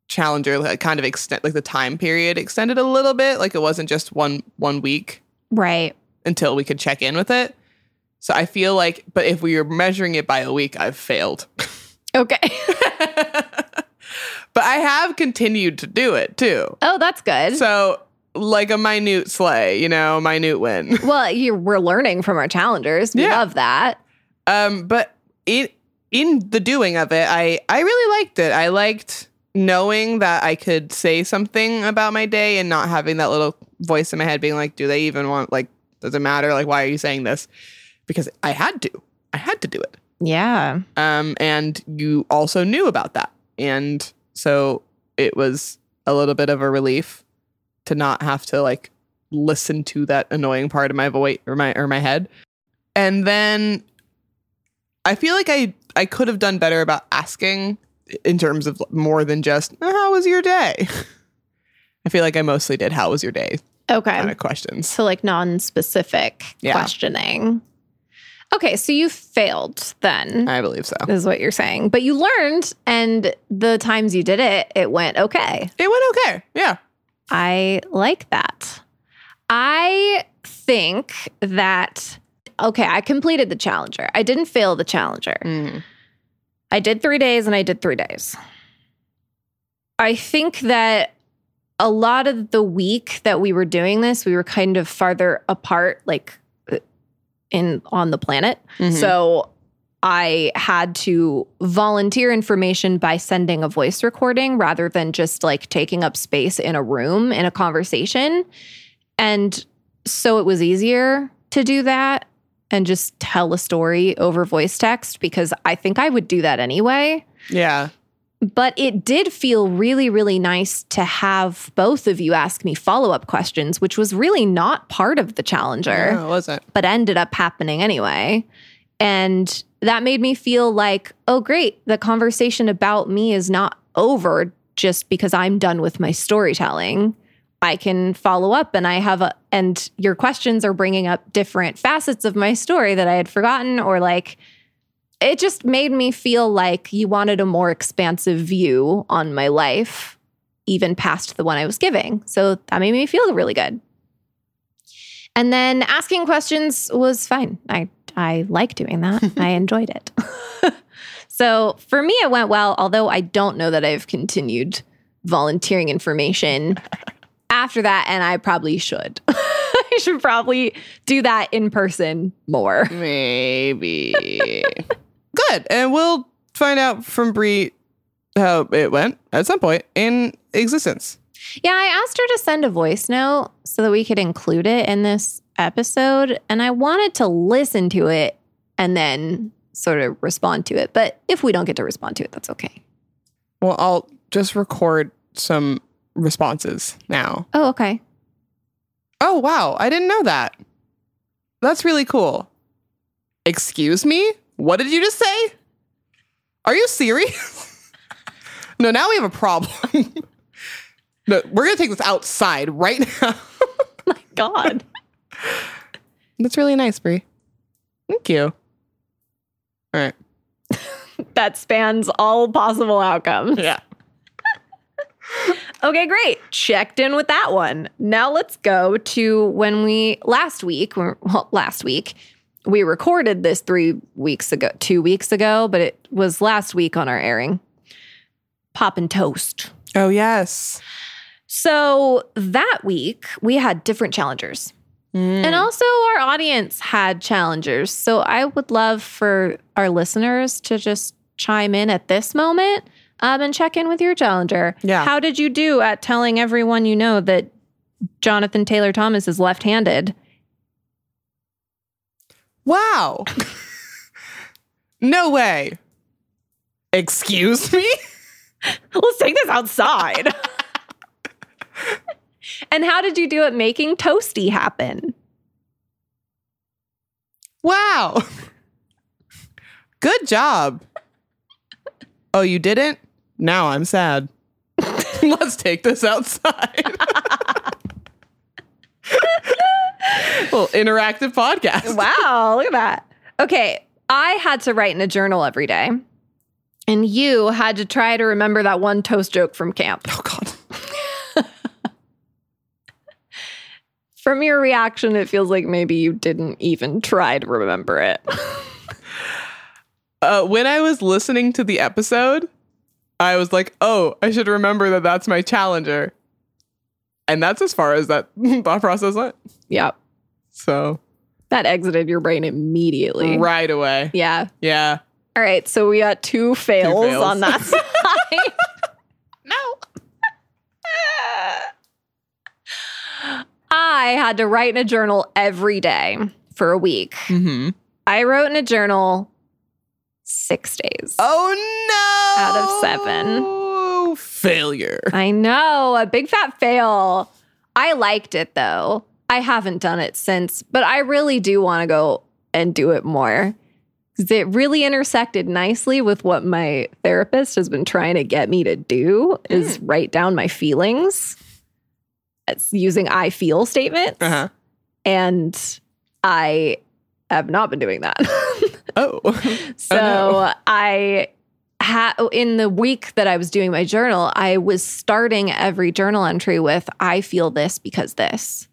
challenger like, kind of extend like the time period extended a little bit. Like it wasn't just one one week Right. until we could check in with it. So I feel like, but if we were measuring it by a week, I've failed. Okay. but I have continued to do it too. oh, that's good. So, like a minute slay, you know, minute win. well, you we're learning from our challengers. We Yeah. love that. Um, but it in the doing of it, I I really liked it. I liked knowing that I could say something about my day and not having that little voice in my head being like, "Do they even want? Like, does it matter? Like, why are you saying this?" Because I had to. I had to do it. Yeah. um, and you also knew about that and so it was a little bit of a relief to not have to like listen to that annoying part of my voice or my or my head and then i feel like i i could have done better about asking in terms of more than just "Oh, how was your day i feel like i mostly did how was your day kind Okay. of questions So like non-specific Yeah. questioning. Okay, so you failed then. i believe so is what you're saying. But you learned and the times you did it, it went okay. it went okay yeah I like that. I think that okay, I completed the challenger. I didn't fail the challenger. I did three days and I did three days. I think that a lot of the week that we were doing this, we were kind of farther apart, like uh, in on the planet. Mhm. So I had to volunteer information by sending a voice recording rather than just like taking up space in a room in a conversation. And so it was easier to do that and just tell a story over voice text because I think I would do that anyway. yeah But it did feel really, really nice to have both of you ask me follow up questions, which was really not part of the challenger no, it wasn't but ended up happening anyway. And that made me feel like, oh, great, the conversation about me is not over just because I'm done with my storytelling. I can follow up and I have a, and your questions are bringing up different facets of my story that I had forgotten or like, it just made me feel like you wanted a more expansive view on my life, even past the one I was giving. So that made me feel really good. And then asking questions was fine. I I like doing that. I enjoyed it. so for me, it went well. Although I don't know that I've continued volunteering information after that, and I probably should. I should probably do that in person more. Maybe. Good. And we'll find out from Brie how it went at some point in existence. Yeah, I asked her to send a voice note so that we could include it in this episode. And I wanted to listen to it and then sort of respond to it. But if we don't get to respond to it, that's okay. Well, I'll just record some responses now. Oh, okay. Oh, wow. I didn't know that. That's really cool. Excuse me? What did you just say? Are you serious? no, now we have a problem. no, we're going to take this outside right now. God. That's really nice, Brie. Thank you. All right. that spans all possible outcomes. Yeah. Okay, great. Checked in with that one. Now let's go to when we last week, well, last week, we recorded this three weeks ago, two weeks ago, but it was last week on our airing. Pop and toast. Oh, yes. So that week, we had different challengers. Mm. And also, our audience had challengers. So, I would love for our listeners to just chime in at this moment um, and check in with your challenger. Yeah. How did you do at telling everyone you know that Jonathan Taylor Thomas is left handed? Wow. no way. Excuse me? Let's take this outside. and how did you do at making Toasty happen? Wow. Good job. Oh, you didn't? Now I'm sad. Let's take this outside. well, interactive podcast. Wow, look at that. Okay, I had to write in a journal every day. And you had to try to remember that one toast joke from camp. Oh, God. From your reaction, it feels like maybe you didn't even try to remember it. Uh, when I was listening to the episode, I was like, oh, I should remember that that's my challenger. And that's as far as that thought process went. yep. So, That exited your brain immediately. right away. Yeah. Yeah. All right. So we got two fails, fails. on that side. No. I had to write in a journal every day for a week. Mm-hmm. I wrote in a journal six days. Oh no! Out of seven. failure. I know, a big fat fail. I liked it though. I haven't done it since, but I really do want to go and do it more. 'Cause It really intersected nicely with what my therapist has been trying to get me to do is write down my feelings. It's using I feel statements. Uh-huh. And I have not been doing that. Oh, So I ha- in the week that I was doing my journal, I was starting every journal entry with I feel this because this.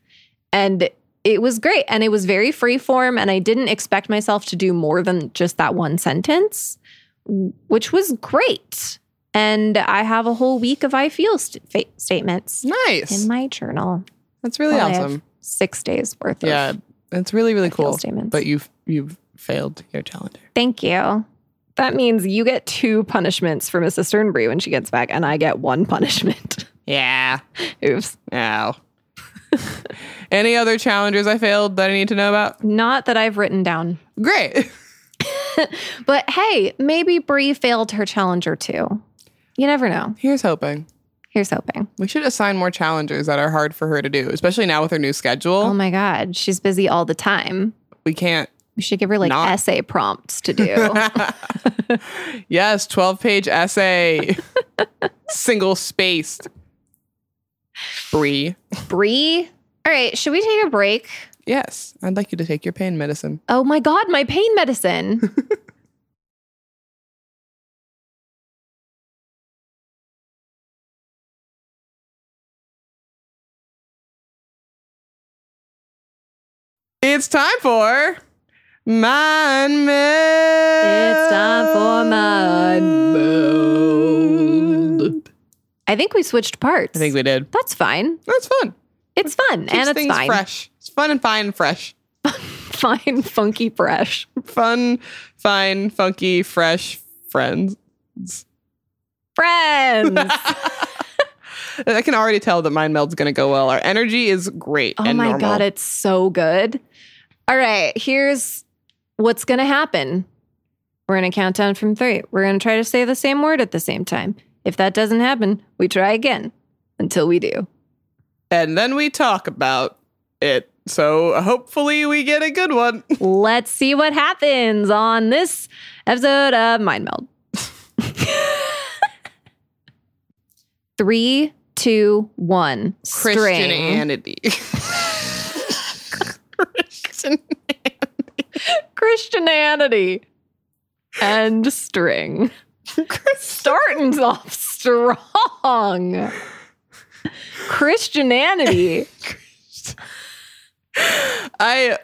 And it was great and it was very free form and I didn't expect myself to do more than just that one sentence, w- which was great. And I have a whole week of I feel st- fa- statements in nice. my journal. That's really Well, I have awesome. 6 days worth Yeah, of that's really really I feel cool. statements. But you've you've failed your challenger. Thank you. That means you get two punishments for Mrs. Sternbury when she gets back, and I get one punishment. Yeah. Oops. Ow. Any other challengers I failed that I need to know about? Not that I've written down. Great. But hey, maybe Bree failed her challenger too. You never know. Here's hoping. Here's hoping. We should assign more challengers that are hard for her to do, especially now with her new schedule. Oh my God. She's busy all the time. we can't We should give her like Not- essay prompts to do. Yes, 12 page essay, single spaced. Bree. Bree. All right. Should we take a break? Yes, I'd like you to take your pain medicine. Oh my God, my pain medicine. It's time for Mind Meld. It's time for Mind Meld. I think we switched parts. I think we did. That's fine. That's fun. It's fun Keeps and it's things fine. fresh. It's fun and fine and fresh. Fine, funky, fresh. Fun, fine, funky, fresh friends. Friends. I can already tell that Mind Meld's going to go well. Our energy is great. Oh and my normal. god, it's so good. All right, here's what's gonna happen. We're gonna count down from three. We're gonna try to say the same word at the same time. If that doesn't happen, we try again. until we do. and then we talk about it. So hopefully we get a good one. Let's see what happens on this episode of Mind Meld. Three, two, one. String. Christianity. Christian. Christianity and string. Starting off strong. Christianity. I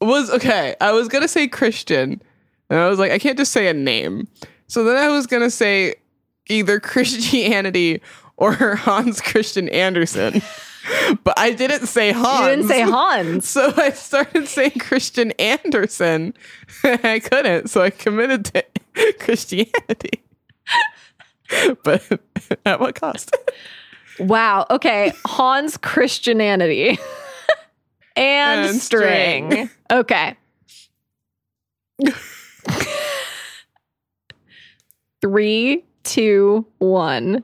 was okay. I was gonna say Christian, and I was like, I can't just say a name. So then I was gonna say either Christianity or Hans Christian Andersen, but I didn't say Hans. You didn't say Hans. So I started saying Christian Anderson. I couldn't, so I committed to Christianity. but at what cost? Wow. Okay. Hans Christianity and, And string. string. Okay. Three, two, one.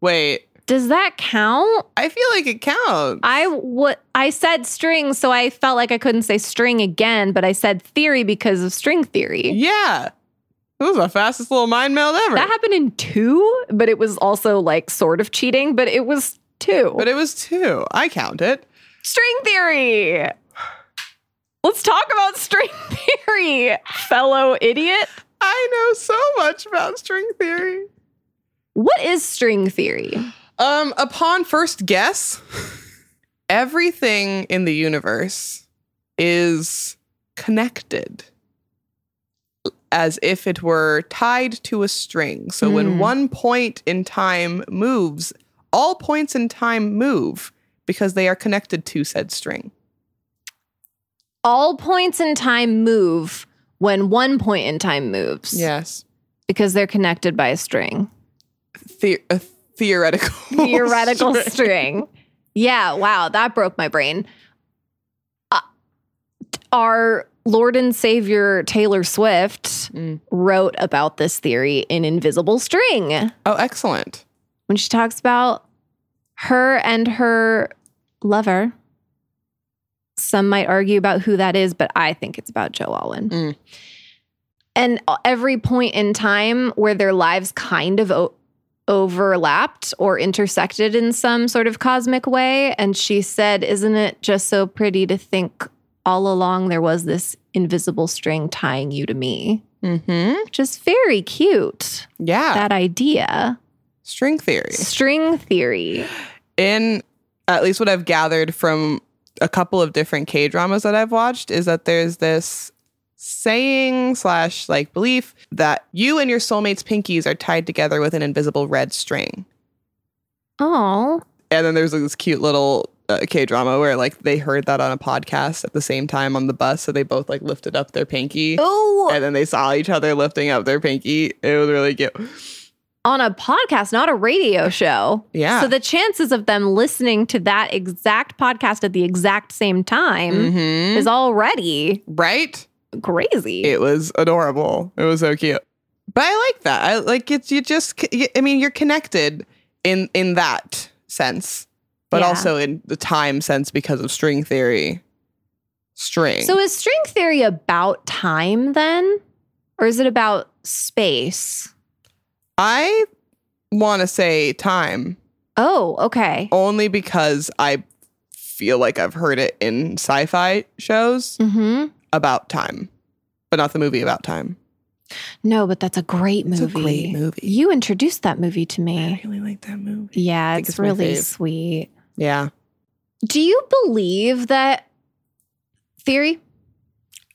Wait, Does that count? I feel like it counts. I what I said string, so I felt like I couldn't say string again, but I said theory because of string theory. yeah. This was the fastest little mind meld ever. That happened in two, but it was also like sort of cheating, but it was two. but it was two. I count it. string theory. Let's talk about string theory, fellow idiot. I know so much about string theory. What is string theory? Um, upon first guess, everything in the universe is connected as if it were tied to a string. So Mm. when one point in time moves, all points in time move because they are connected to said string. All points in time move when one point in time moves Yes. because they're connected by a string. The- a theoretical. theoretical string. string. Yeah, wow, that broke my brain. Uh, our Lord and Savior Taylor Swift Mm. wrote about this theory in Invisible String Oh, excellent. when she talks about her and her lover. Some might argue about who that is, but I think it's about Joe Alwyn. Mm. And every point in time where their lives kind of o- overlapped or intersected in some sort of cosmic way. And she said, Isn't it just so pretty to think all along there was this invisible string tying you to me? Mm-hmm. Which is very cute, Yeah. that idea. string theory. String theory. in at least what I've gathered from a couple of different K dramas that I've watched is that there's this saying slash like belief that you and your soulmate's pinkies are tied together with an invisible red string. Oh, And then there's like, this cute little uh, K drama where like they heard that on a podcast at the same time on the bus, so they both like lifted up their pinky. oh, And then they saw each other lifting up their pinky. It was really cute. on a podcast, not a radio show. Yeah. So the chances of them listening to that exact podcast at the exact same time Mhm. is already Right? crazy. it was adorable. It was so cute. But I like that. I like it's you just I mean you're connected in in that sense, but Yeah. also in the time sense because of string theory. String. So is string theory about time then? Or is it about space? I want to say time Oh, okay. only because I feel like I've heard it in sci-fi shows hmm about time, but not the movie about time. No, but that's a great It's movie. a great movie. You introduced that movie to I me. really like that movie. Yeah, think it's, it's my really fave. sweet. Yeah. Do you believe that theory?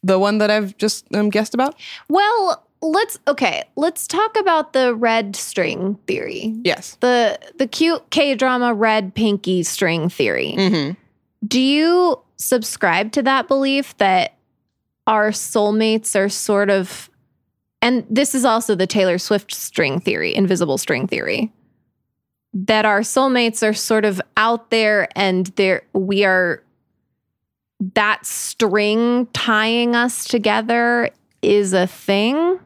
The one that I've just um, guessed about? Well, let's okay, let's talk about the red string theory. Yes. The the cute K drama red pinky string theory. Mhm. Do you subscribe to that belief that our soulmates are sort of and this is also the Taylor Swift string theory, invisible string theory. That our soulmates are sort of out there and there we are that string tying us together is a thing.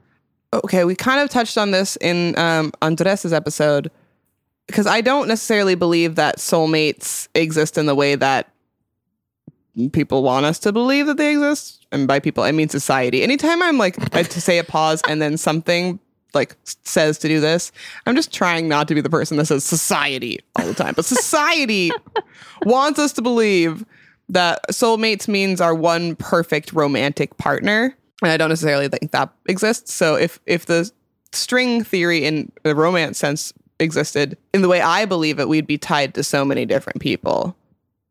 okay, we kind of touched on this in um, Andres's episode because I don't necessarily believe that soulmates exist in the way that people want us to believe that they exist. And by people, I mean society. Anytime I'm like I- to say a pause and then something like s- says to do this, I'm just trying not to be the person that says society all the time. But society wants us to believe that soulmates means our one perfect romantic partner. And I don't necessarily think that exists. So if if the string theory in the romance sense existed in the way I believe it, we'd be tied to so many different people.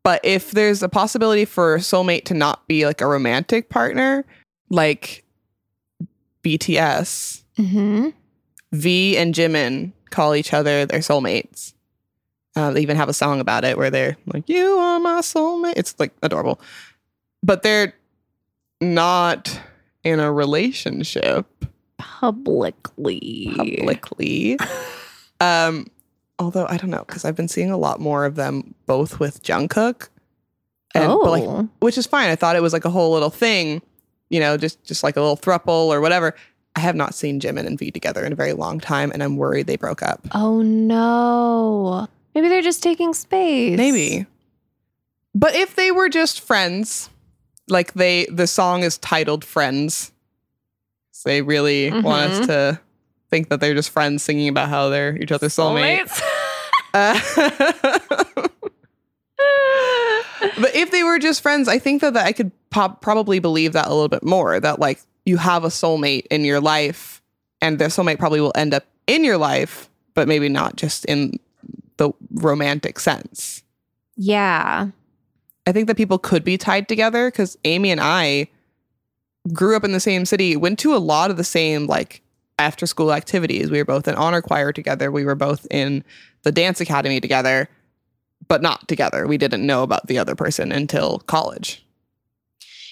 But if there's a possibility for a soulmate to not be like a romantic partner, like BTS, Mm-hmm. V and Jimin call each other their soulmates. Uh, they even have a song about it where they're like, "You are my soulmate." It's like adorable, but they're not in a relationship Publicly. publicly. um, although I don't know because I've been seeing a lot more of them both with Jungkook, and oh. but like which is fine. I thought it was like a whole little thing, you know, just just like a little thruple or whatever. I have not seen Jimin and V together in a very long time, and I'm worried they broke up. oh no. Maybe they're just taking space. Maybe. But if they were just friends, like they the song is titled Friends. So they really want us Mhm. to think that they're just friends singing about how they're each other's soulmate. Uh, but if they were just friends, I think that, that I could pop, probably believe that a little bit more that like you have a soulmate in your life and their soulmate probably will end up in your life, but maybe not just in the romantic sense. yeah. I think that people could be tied together because Amy and I grew up in the same city, went to a lot of the same like after school activities. We were both in honor choir together. We were both in the dance academy together, but not together. We didn't know about the other person until college.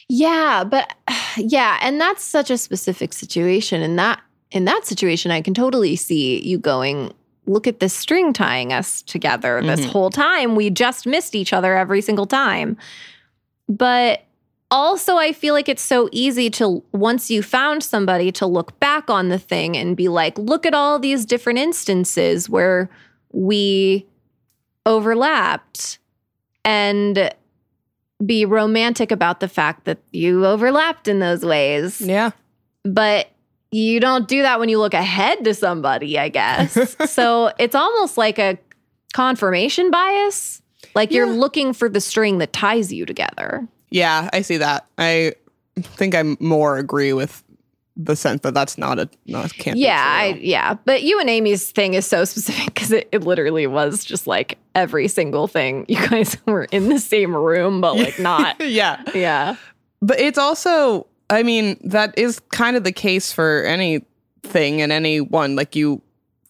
Yeah, but yeah, and that's such a specific situation. In that in that situation, I can totally see you going, look at this string tying us together this Mhm. whole time. We just missed each other every single time. But also I feel like it's so easy to once you found somebody to look back on the thing and be like, look at all these different instances where we overlapped and be romantic about the fact that you overlapped in those ways. Yeah. But you don't do that when you look ahead to somebody, I guess. so it's almost like a confirmation bias. Like you're Yeah. looking for the string that ties you together. Yeah, I see that. I think I more agree with the sense that that's not a not can't. yeah, be I, true. yeah. But you and Amy's thing is so specific because it, it literally was just like every single thing. You guys were in the same room, but like not. yeah. Yeah. But it's also, I mean, that is kind of the case for anything and anyone. Like you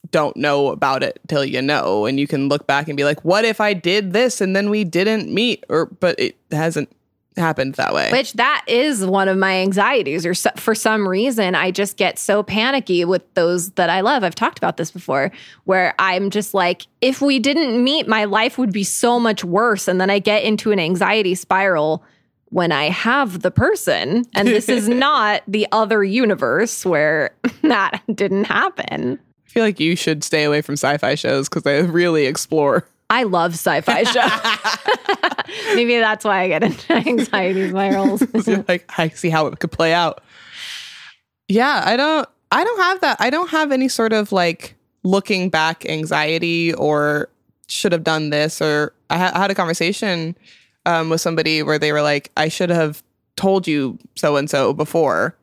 don't know about it till you know, and you can look back and be like, "What if I did this and then we didn't meet?" Or, but it hasn't happened that way. Which that is one of my anxieties, or so, for some reason, I just get so panicky with those that I love. I've talked about this before, where I'm just like, if we didn't meet, my life would be so much worse. And then I get into an anxiety spiral when I have the person. And this is not the other universe where that didn't happen. I feel like you should stay away from sci-fi shows because they really explore. I love sci fi shows. Maybe that's why I get into anxiety spirals. You're like I see how it could play out. Yeah, I don't. I don't have that. I don't have any sort of like looking back anxiety or should have done this or I, ha- I had a conversation um, with somebody where they were like, I should have told you so and so before,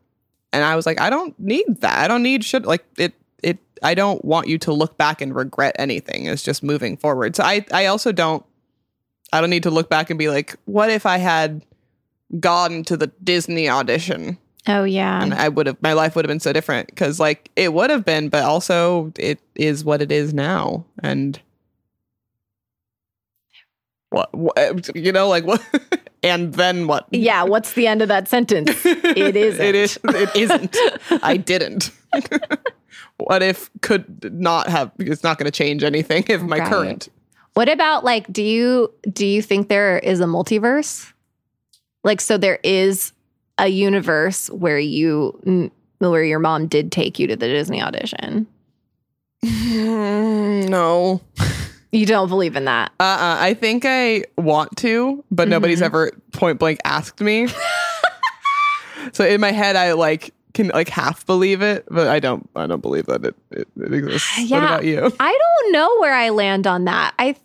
and I was like, I don't need that. I don't need should like it. It. I don't want you to look back and regret anything. It's just moving forward. So I. I also don't. I don't need to look back and be like, what if I had gone to the Disney audition oh, yeah. and I would have my life would have been so different because like it would have been, but also it is what it is now. And what, what you know, like what and then what? Yeah, what's the end of that sentence? It isn't. it is it isn't. I didn't. what if could not have it's not gonna change anything if my Right. current What about like do you do you think there is a multiverse? Like so there is a universe where you mm, where your mom did take you to the Disney audition. Mm, no. You don't believe in that. Uh-uh. I think I want to, Mm-hmm. but nobody's ever point blank asked me. so in my head, I like can like half believe it, but I don't. I don't believe that it it, it exists. What Yeah. about you? I don't know where I land on that. I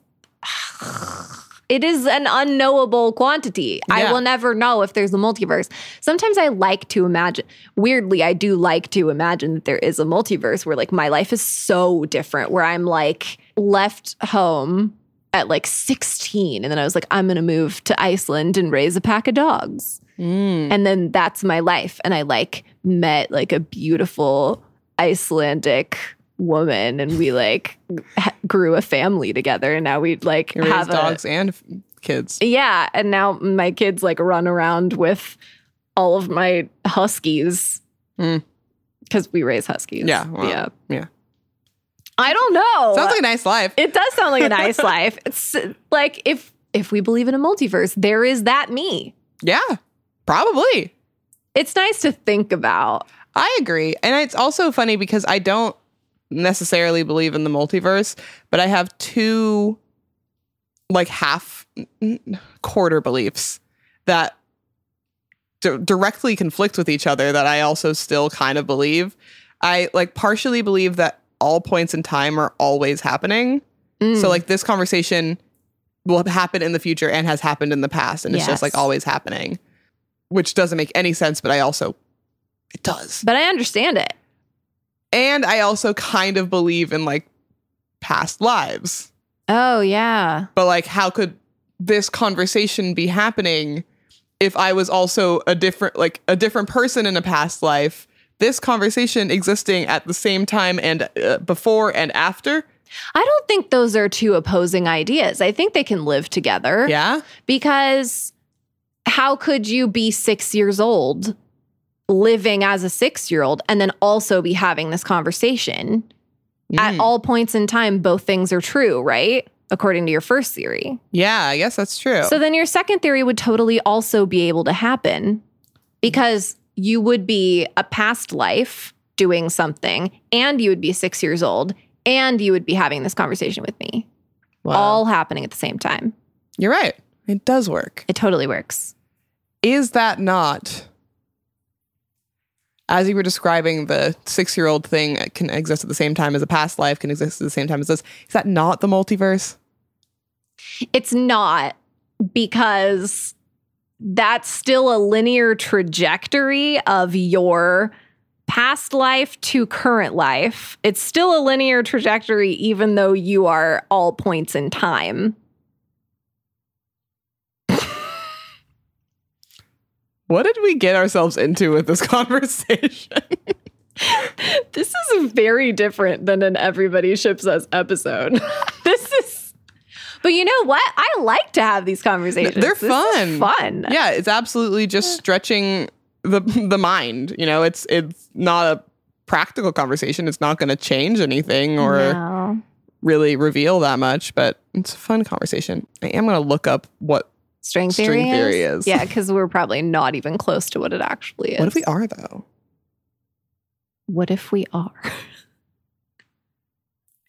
it is an unknowable quantity. Yeah. I will never know if there's a multiverse. Sometimes I like to imagine. Weirdly, I do like to imagine that there is a multiverse where like my life is so different where I'm like left home at like 16 and then I was like I'm going to move to Iceland and raise a pack of dogs Mm-hmm. and then that's my life and i like met like a beautiful icelandic woman and we like ha- grew a family together and now we like You raise have a- dogs and f- kids. yeah and now my kids like run around with all of my huskies Mm. because we raise huskies Yeah, well, yeah yeah. i don't know Sounds like a nice life. it does sound like a nice life it's like if if we believe in a multiverse there is that me yeah, probably. it's nice to think about I agree. And it's also funny because I don't necessarily believe in the multiverse, but I have two like half n- quarter beliefs that d- directly conflict with each other that I also still kind of believe. I like partially believe that all points in time are always happening. Mm. So like this conversation will happen in the future and has happened in the past and it's just Yes. like always happening, which doesn't make any sense, but I also it does. but i understand it And I also kind of believe in like past lives. Oh yeah. But like how could this conversation be happening if I was also a different like a different person in a past life? This conversation existing at the same time and uh, before and after? I don't think those are two opposing ideas. I think they can live together. Yeah. Because how could you be 6 years old living as a 6-year-old and then also be having this conversation? At Mm. all points in time both things are true, right? According to your first theory. Yeah, I guess that's true. So then your second theory would totally also be able to happen because you would be a past life doing something and you would be 6 years old and you would be having this conversation with me. Wow. all happening at the same time. You're right. It does work. It totally works. Is that not, as you were describing the six year old thing can exist at the same time as a past life, can exist at the same time as this? Is that not the multiverse? It's not because that's still a linear trajectory of your past life to current life. It's still a linear trajectory, even though you are all points in time. What did we get ourselves into with this conversation? This is very different than an Everybody Ships Us episode. this is. But you know what? I like to have these conversations. They're This is fun. fun. yeah, it's absolutely just stretching the the mind. You know, it's it's not a practical conversation. It's not going to change anything or No. really reveal that much, but it's a fun conversation. I am going to look up what string String theory, theory is. is. Yeah, because we're probably not even close to what it actually is. what if we are though. What if we are?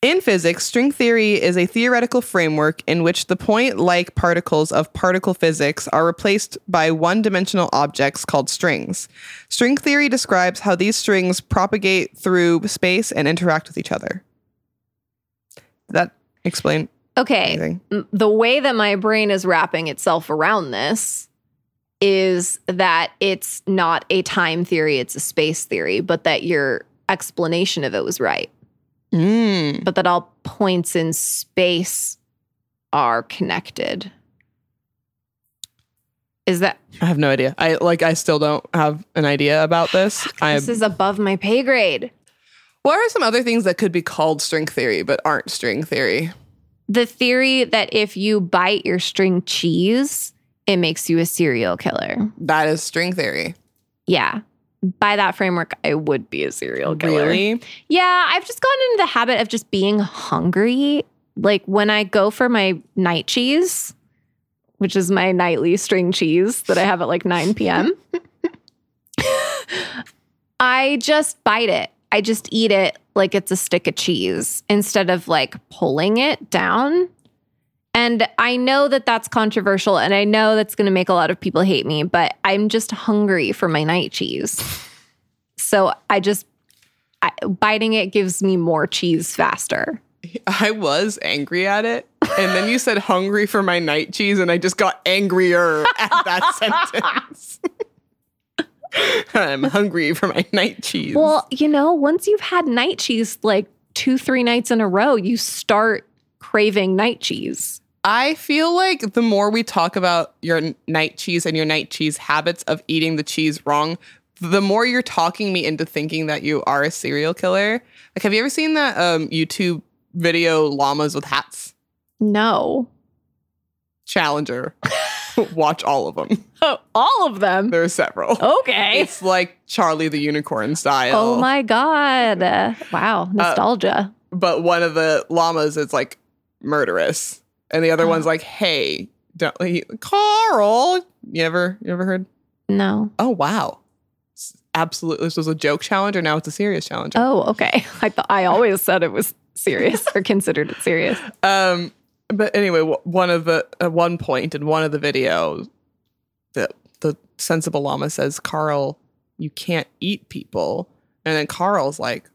In physics, string theory is a theoretical framework in which the point like particles of particle physics are replaced by one dimensional objects called strings. String theory describes how these strings propagate through space and interact with each other. Did that explain Okay, anything? m- the way that my brain is wrapping itself around this is that it's not a time theory, it's a space theory, but that your explanation of it was right, Mm. but that all points in space are connected. Is that I have no idea. I like I still don't have an idea about this. I this is above my pay grade? What are some other things that could be called string theory but aren't string theory? the theory that if you bite your string cheese, it makes you a serial killer. That is string theory. Yeah. By that framework, I would be a serial killer. Really? Yeah, I've just gotten into the habit of just being hungry. Like when I go for my night cheese, which is my nightly string cheese that I have at like 9 p.m., I just bite it I just eat it like it's a stick of cheese instead of like pulling it down. And I know that that's controversial and I know that's going to make a lot of people hate me, but I'm just hungry for my night cheese. So I just I, biting it gives me more cheese faster. I was angry at it. And then you said hungry for my night cheese, and I just got angrier at that sentence. I'm hungry for my night cheese. Well, you know, once you've had night cheese like two, three nights in a row, you start craving night cheese. I feel like the more we talk about your n- night cheese and your night cheese habits of eating the cheese wrong, the more you're talking me into thinking that you are a serial killer. Like, have you ever seen that um, YouTube video, Llamas with Hats? No. Challenger. Watch all of them. Oh, all of them. There are several. Okay. It's like Charlie the Unicorn style. Oh my God. Wow. Nostalgia. But one of the llamas is like murderous, and the other one's like, "Hey, don't, he, Carl." You ever, you ever heard? no. Oh wow, S- absolutely. This was a joke challenger. Now it's a serious challenge. Oh, okay. I thought I always said it was serious or considered it serious. Um, but anyway, w- one of the at one point in one of the videos, the the sensible llama says, "Carl, you can't eat people," and then Carl's like,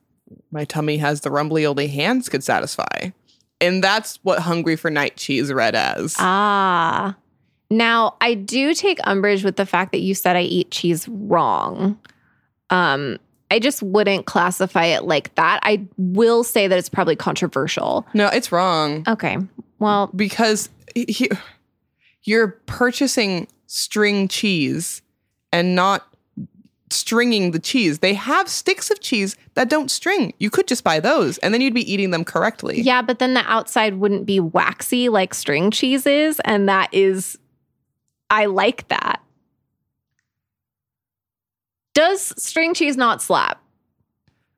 "My tummy has the rumbly only hands could satisfy," and that's what "Hungry for Night Cheese" read as. Ah. Now, I do take umbrage with the fact that you said I eat cheese wrong. Um, I just wouldn't classify it like that. I will say that it's probably controversial. no, it's wrong Okay. Well, because he- he- you're purchasing string cheese and not stringing the cheese. They have sticks of cheese that don't string. You could just buy those and then you'd be eating them correctly. yeah, but then the outside wouldn't be waxy like string cheese is. And that is, I like that. Does string cheese not slap?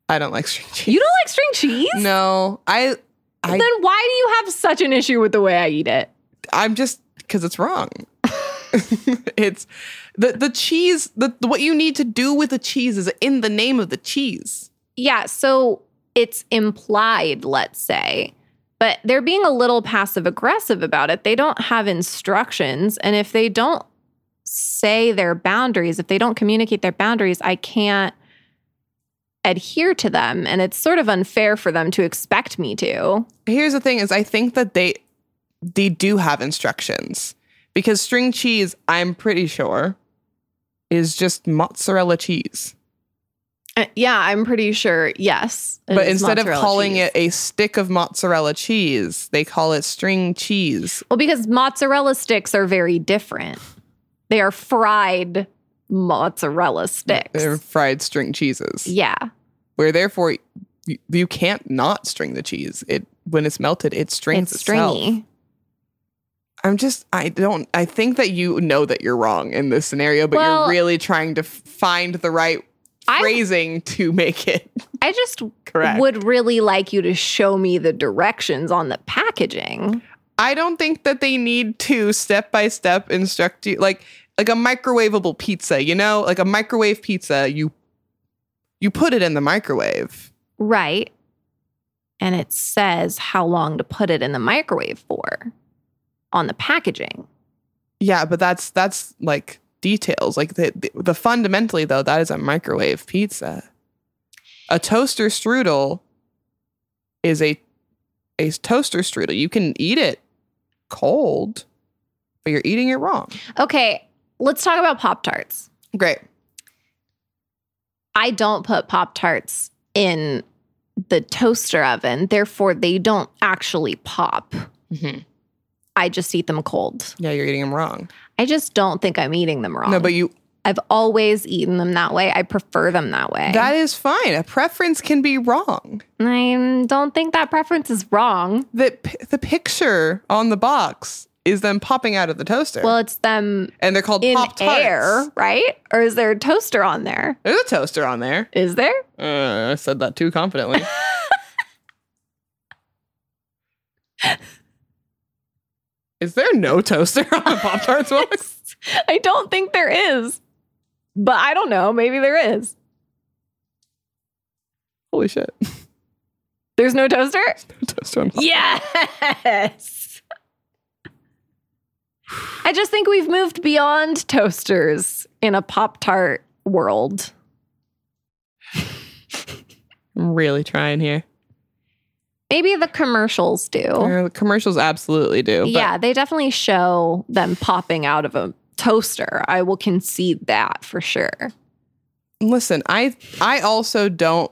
I don't like string cheese. You don't like string cheese? No, I, I, then why do you have such an issue with the way I eat it? I'm just because it's wrong. it's the the cheese. The what you need to do with the cheese is in the name of the cheese. Yeah, so it's implied, let's say, but they're being a little passive aggressive about it. They don't have instructions. And if they don't say their boundaries, if they don't communicate their boundaries, I can't adhere to them. And it's sort of unfair for them to expect me to. Here's the thing: is I think that they they do have instructions because string cheese. I'm pretty sure is just mozzarella cheese. Uh, yeah, I'm pretty sure. Yes. it but is instead of mozzarella calling cheese. it a stick of mozzarella cheese, they call it string cheese. Well, because mozzarella sticks are very different. They are fried mozzarella sticks. They're fried string cheeses. yeah. where therefore you, you can't not string the cheese. It when it's melted, it strings It's itself. stringy. I'm just I don't I think that you know that you're wrong in this scenario, but Well- you're really trying to f- find the right I- phrasing to make it I just correct. would really like you to show me the directions on the packaging. I don't think that they need to step by step instruct you like like a microwavable pizza, you know? Like a microwave pizza, you you put it in the microwave. Right. And it says how long to put it in the microwave for on the packaging. Yeah, but that's that's like details. Like the, the the fundamentally though, that is a microwave pizza. A toaster strudel is a a toaster strudel. You can eat it cold, but you're eating it wrong. Okay, let's talk about Pop Tarts. Great. I don't put Pop Tarts in the toaster oven, therefore, they don't actually pop. I just eat them cold. Mm-hmm. Yeah, you're eating them wrong. I just don't think I'm eating them wrong. No, but you I've always eaten them that way. I prefer them that way. that is fine. A preference can be wrong. I don't think that preference is wrong. The p- the picture on the box is them popping out of the toaster. Well, it's them and they're called in pop tarts. air, right? Or is there a toaster on there? There's a toaster on there. Is there? Uh, I said that too confidently. Is there no toaster on the Pop Tarts box? I don't think there is. But I don't know. Maybe there is. Holy shit. There's no toaster? Toaster on- Yes. I just think we've moved beyond toasters in a Pop Tart world. I'm really trying here. Maybe the commercials do. Yeah, the commercials absolutely do. but Yeah, they definitely show them popping out of a toaster. I will concede that for sure. Listen, I I also don't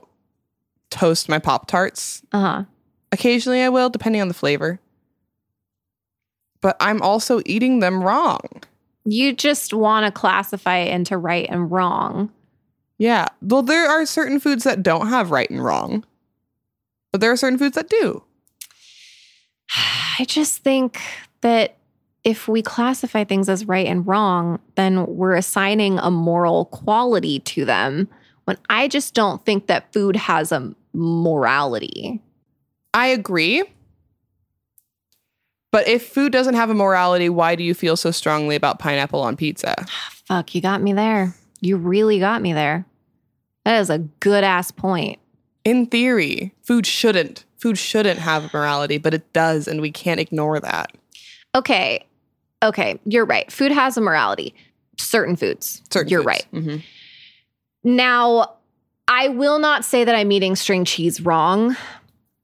toast my Pop Tarts. Uh huh. Occasionally I will, depending on the flavor. But I'm also eating them wrong. You just want to classify it into right and wrong. Yeah. Well, there are certain foods that don't have right and wrong, but there are certain foods that do. I just think that if we classify things as right and wrong, then we're assigning a moral quality to them. When I just don't think that food has a morality. I agree. But if food doesn't have a morality, why do you feel so strongly about pineapple on pizza? Fuck, you got me there. You really got me there. That is a good ass point. In theory, food shouldn't. Food shouldn't have a morality, but it does, and we can't ignore that. Okay. Okay. You're right. Food has a morality. Certain foods. Certain You're foods. right. Mhm. Now, I will not say that I'm eating string cheese wrong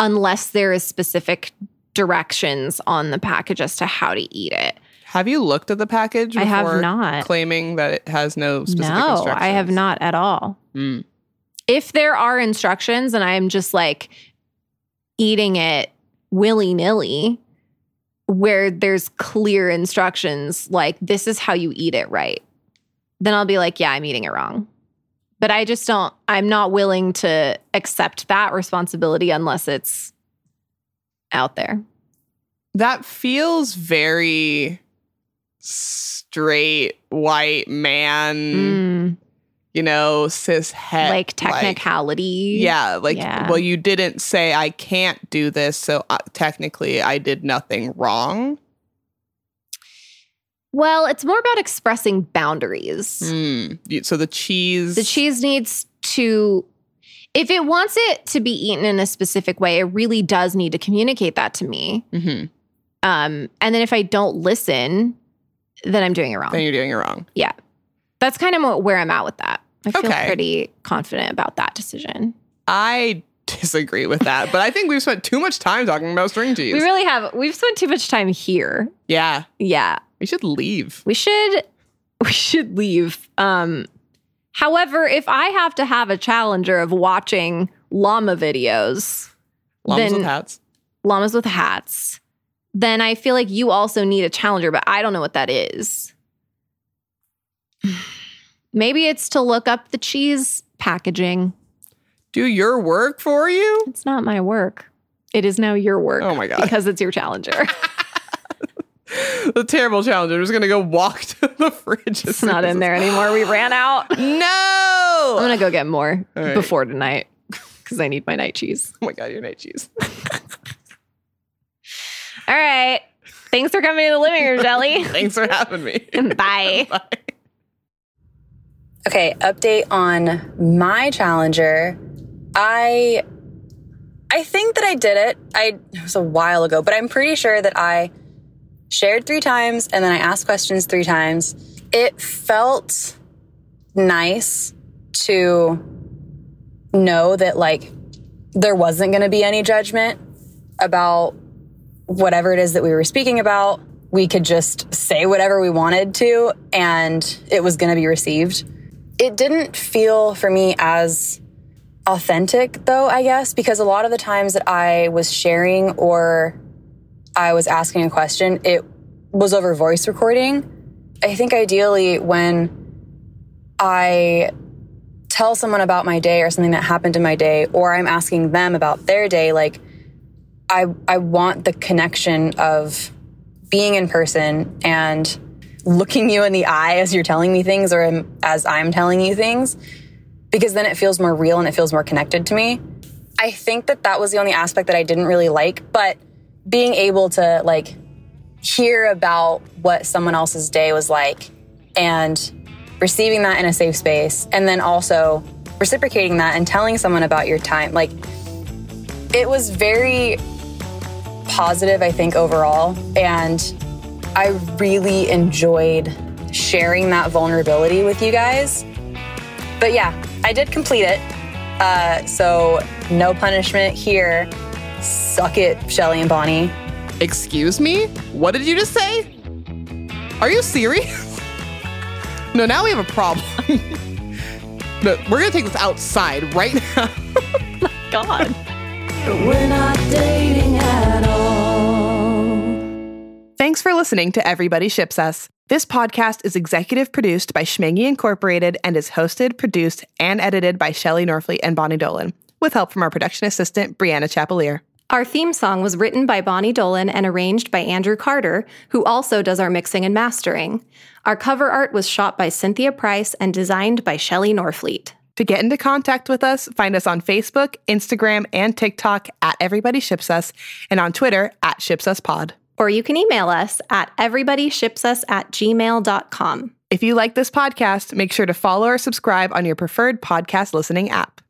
unless there is specific directions on the package as to how to eat it. Have you looked at the package? I have before not. claiming that it has no specific No, instructions. I have not at all. Mm. If there are instructions and I'm just like eating it willy nilly, where there's clear instructions like this is how you eat it right, then I'll be like, yeah, I'm eating it wrong. But I just don't, I'm not willing to accept that responsibility unless it's out there. That feels very straight white man. Mm, Eh, you know, cis het. like technicality. yeah, like, Yeah. well, you didn't say I can't do this, so uh, technically I did nothing wrong. Well, it's more about expressing boundaries. Mm. You- So the cheese. The cheese needs to, if it wants it to be eaten in a specific way, it really does need to communicate that to me. Mhm. Um, and then if I don't listen, then I'm doing it Then wrong. you're doing it wrong. That's kind of what, where I'm at with that. I feel Okay. pretty confident about that decision. I disagree with that, but I think we've spent too much time talking about string cheese. We really have, we've spent too much time here. yeah, Yeah. we should leave. we should we should leave um however if i have to have a challenger of watching llama videos Llamas Then- with hats. llamas with hats then i feel like you also need a challenger but i don't know what that is maybe it's to look up the cheese packaging Do your work for you. it's not my work it is now your work Oh my God. because it's your challenger The terrible challenger is going to go walk to the fridge. it's not in there anymore we ran out i'm No. Oh gonna go get more All right. before tonight because i need my night cheese oh my God, your night cheese. All right. Thanks for coming to the living room, Jelly. Thanks for having me. Bye. Bye. Okay, update on my challenger. I I think that I did it. I it was a while ago, but I'm pretty sure that I shared 3 times and then I asked questions 3 times. It felt nice to know that like there wasn't going to be any judgment about whatever it is that we were speaking about. We could just say whatever we wanted to and it was going to be received it didn't feel for me as authentic though i guess because a lot of the times that i was sharing or i was asking a question it was over voice recording i think ideally when i tell someone about my day or something that happened in my day or i'm asking them about their day like i i want the connection of being in person and looking you in the eye as you're telling me things or am- as I'm telling you things because then it feels more real and it feels more connected to me. I think that that was the only aspect that I didn't really like, but being able to like hear about what someone else's day was like and receiving that in a safe space and then also reciprocating that and telling someone about your time. Like, it was very positive, I think, overall. And I really enjoyed sharing that vulnerability with you guys. But yeah, I did complete it. Uh, so, no punishment here. Suck it, Shelly and Bonnie. Excuse me? What did you just say? Are you serious? no, now we have a problem. no, we're gonna take this outside right now. God. But we're not dating at all. Thanks for listening to Everybody Ships Us. This podcast is executive produced by Schmangy Incorporated and is hosted, produced, and edited by Shelley Norfleet and Bonnie Dolan, with help from our production assistant, Brianna Chapelier. Our theme song was written by Bonnie Dolan and arranged by Andrew Carter, who also does our mixing and mastering. Our cover art was shot by Cynthia Price and designed by Shelley Norfleet. To get into contact with us, find us on Facebook, Instagram, and TikTok at Everybody Ships Us, and on Twitter at Ships Us Pod. Or you can email us at everybodyshipsus at gmail.com. If you like this podcast, make sure to follow or subscribe on your preferred podcast listening app.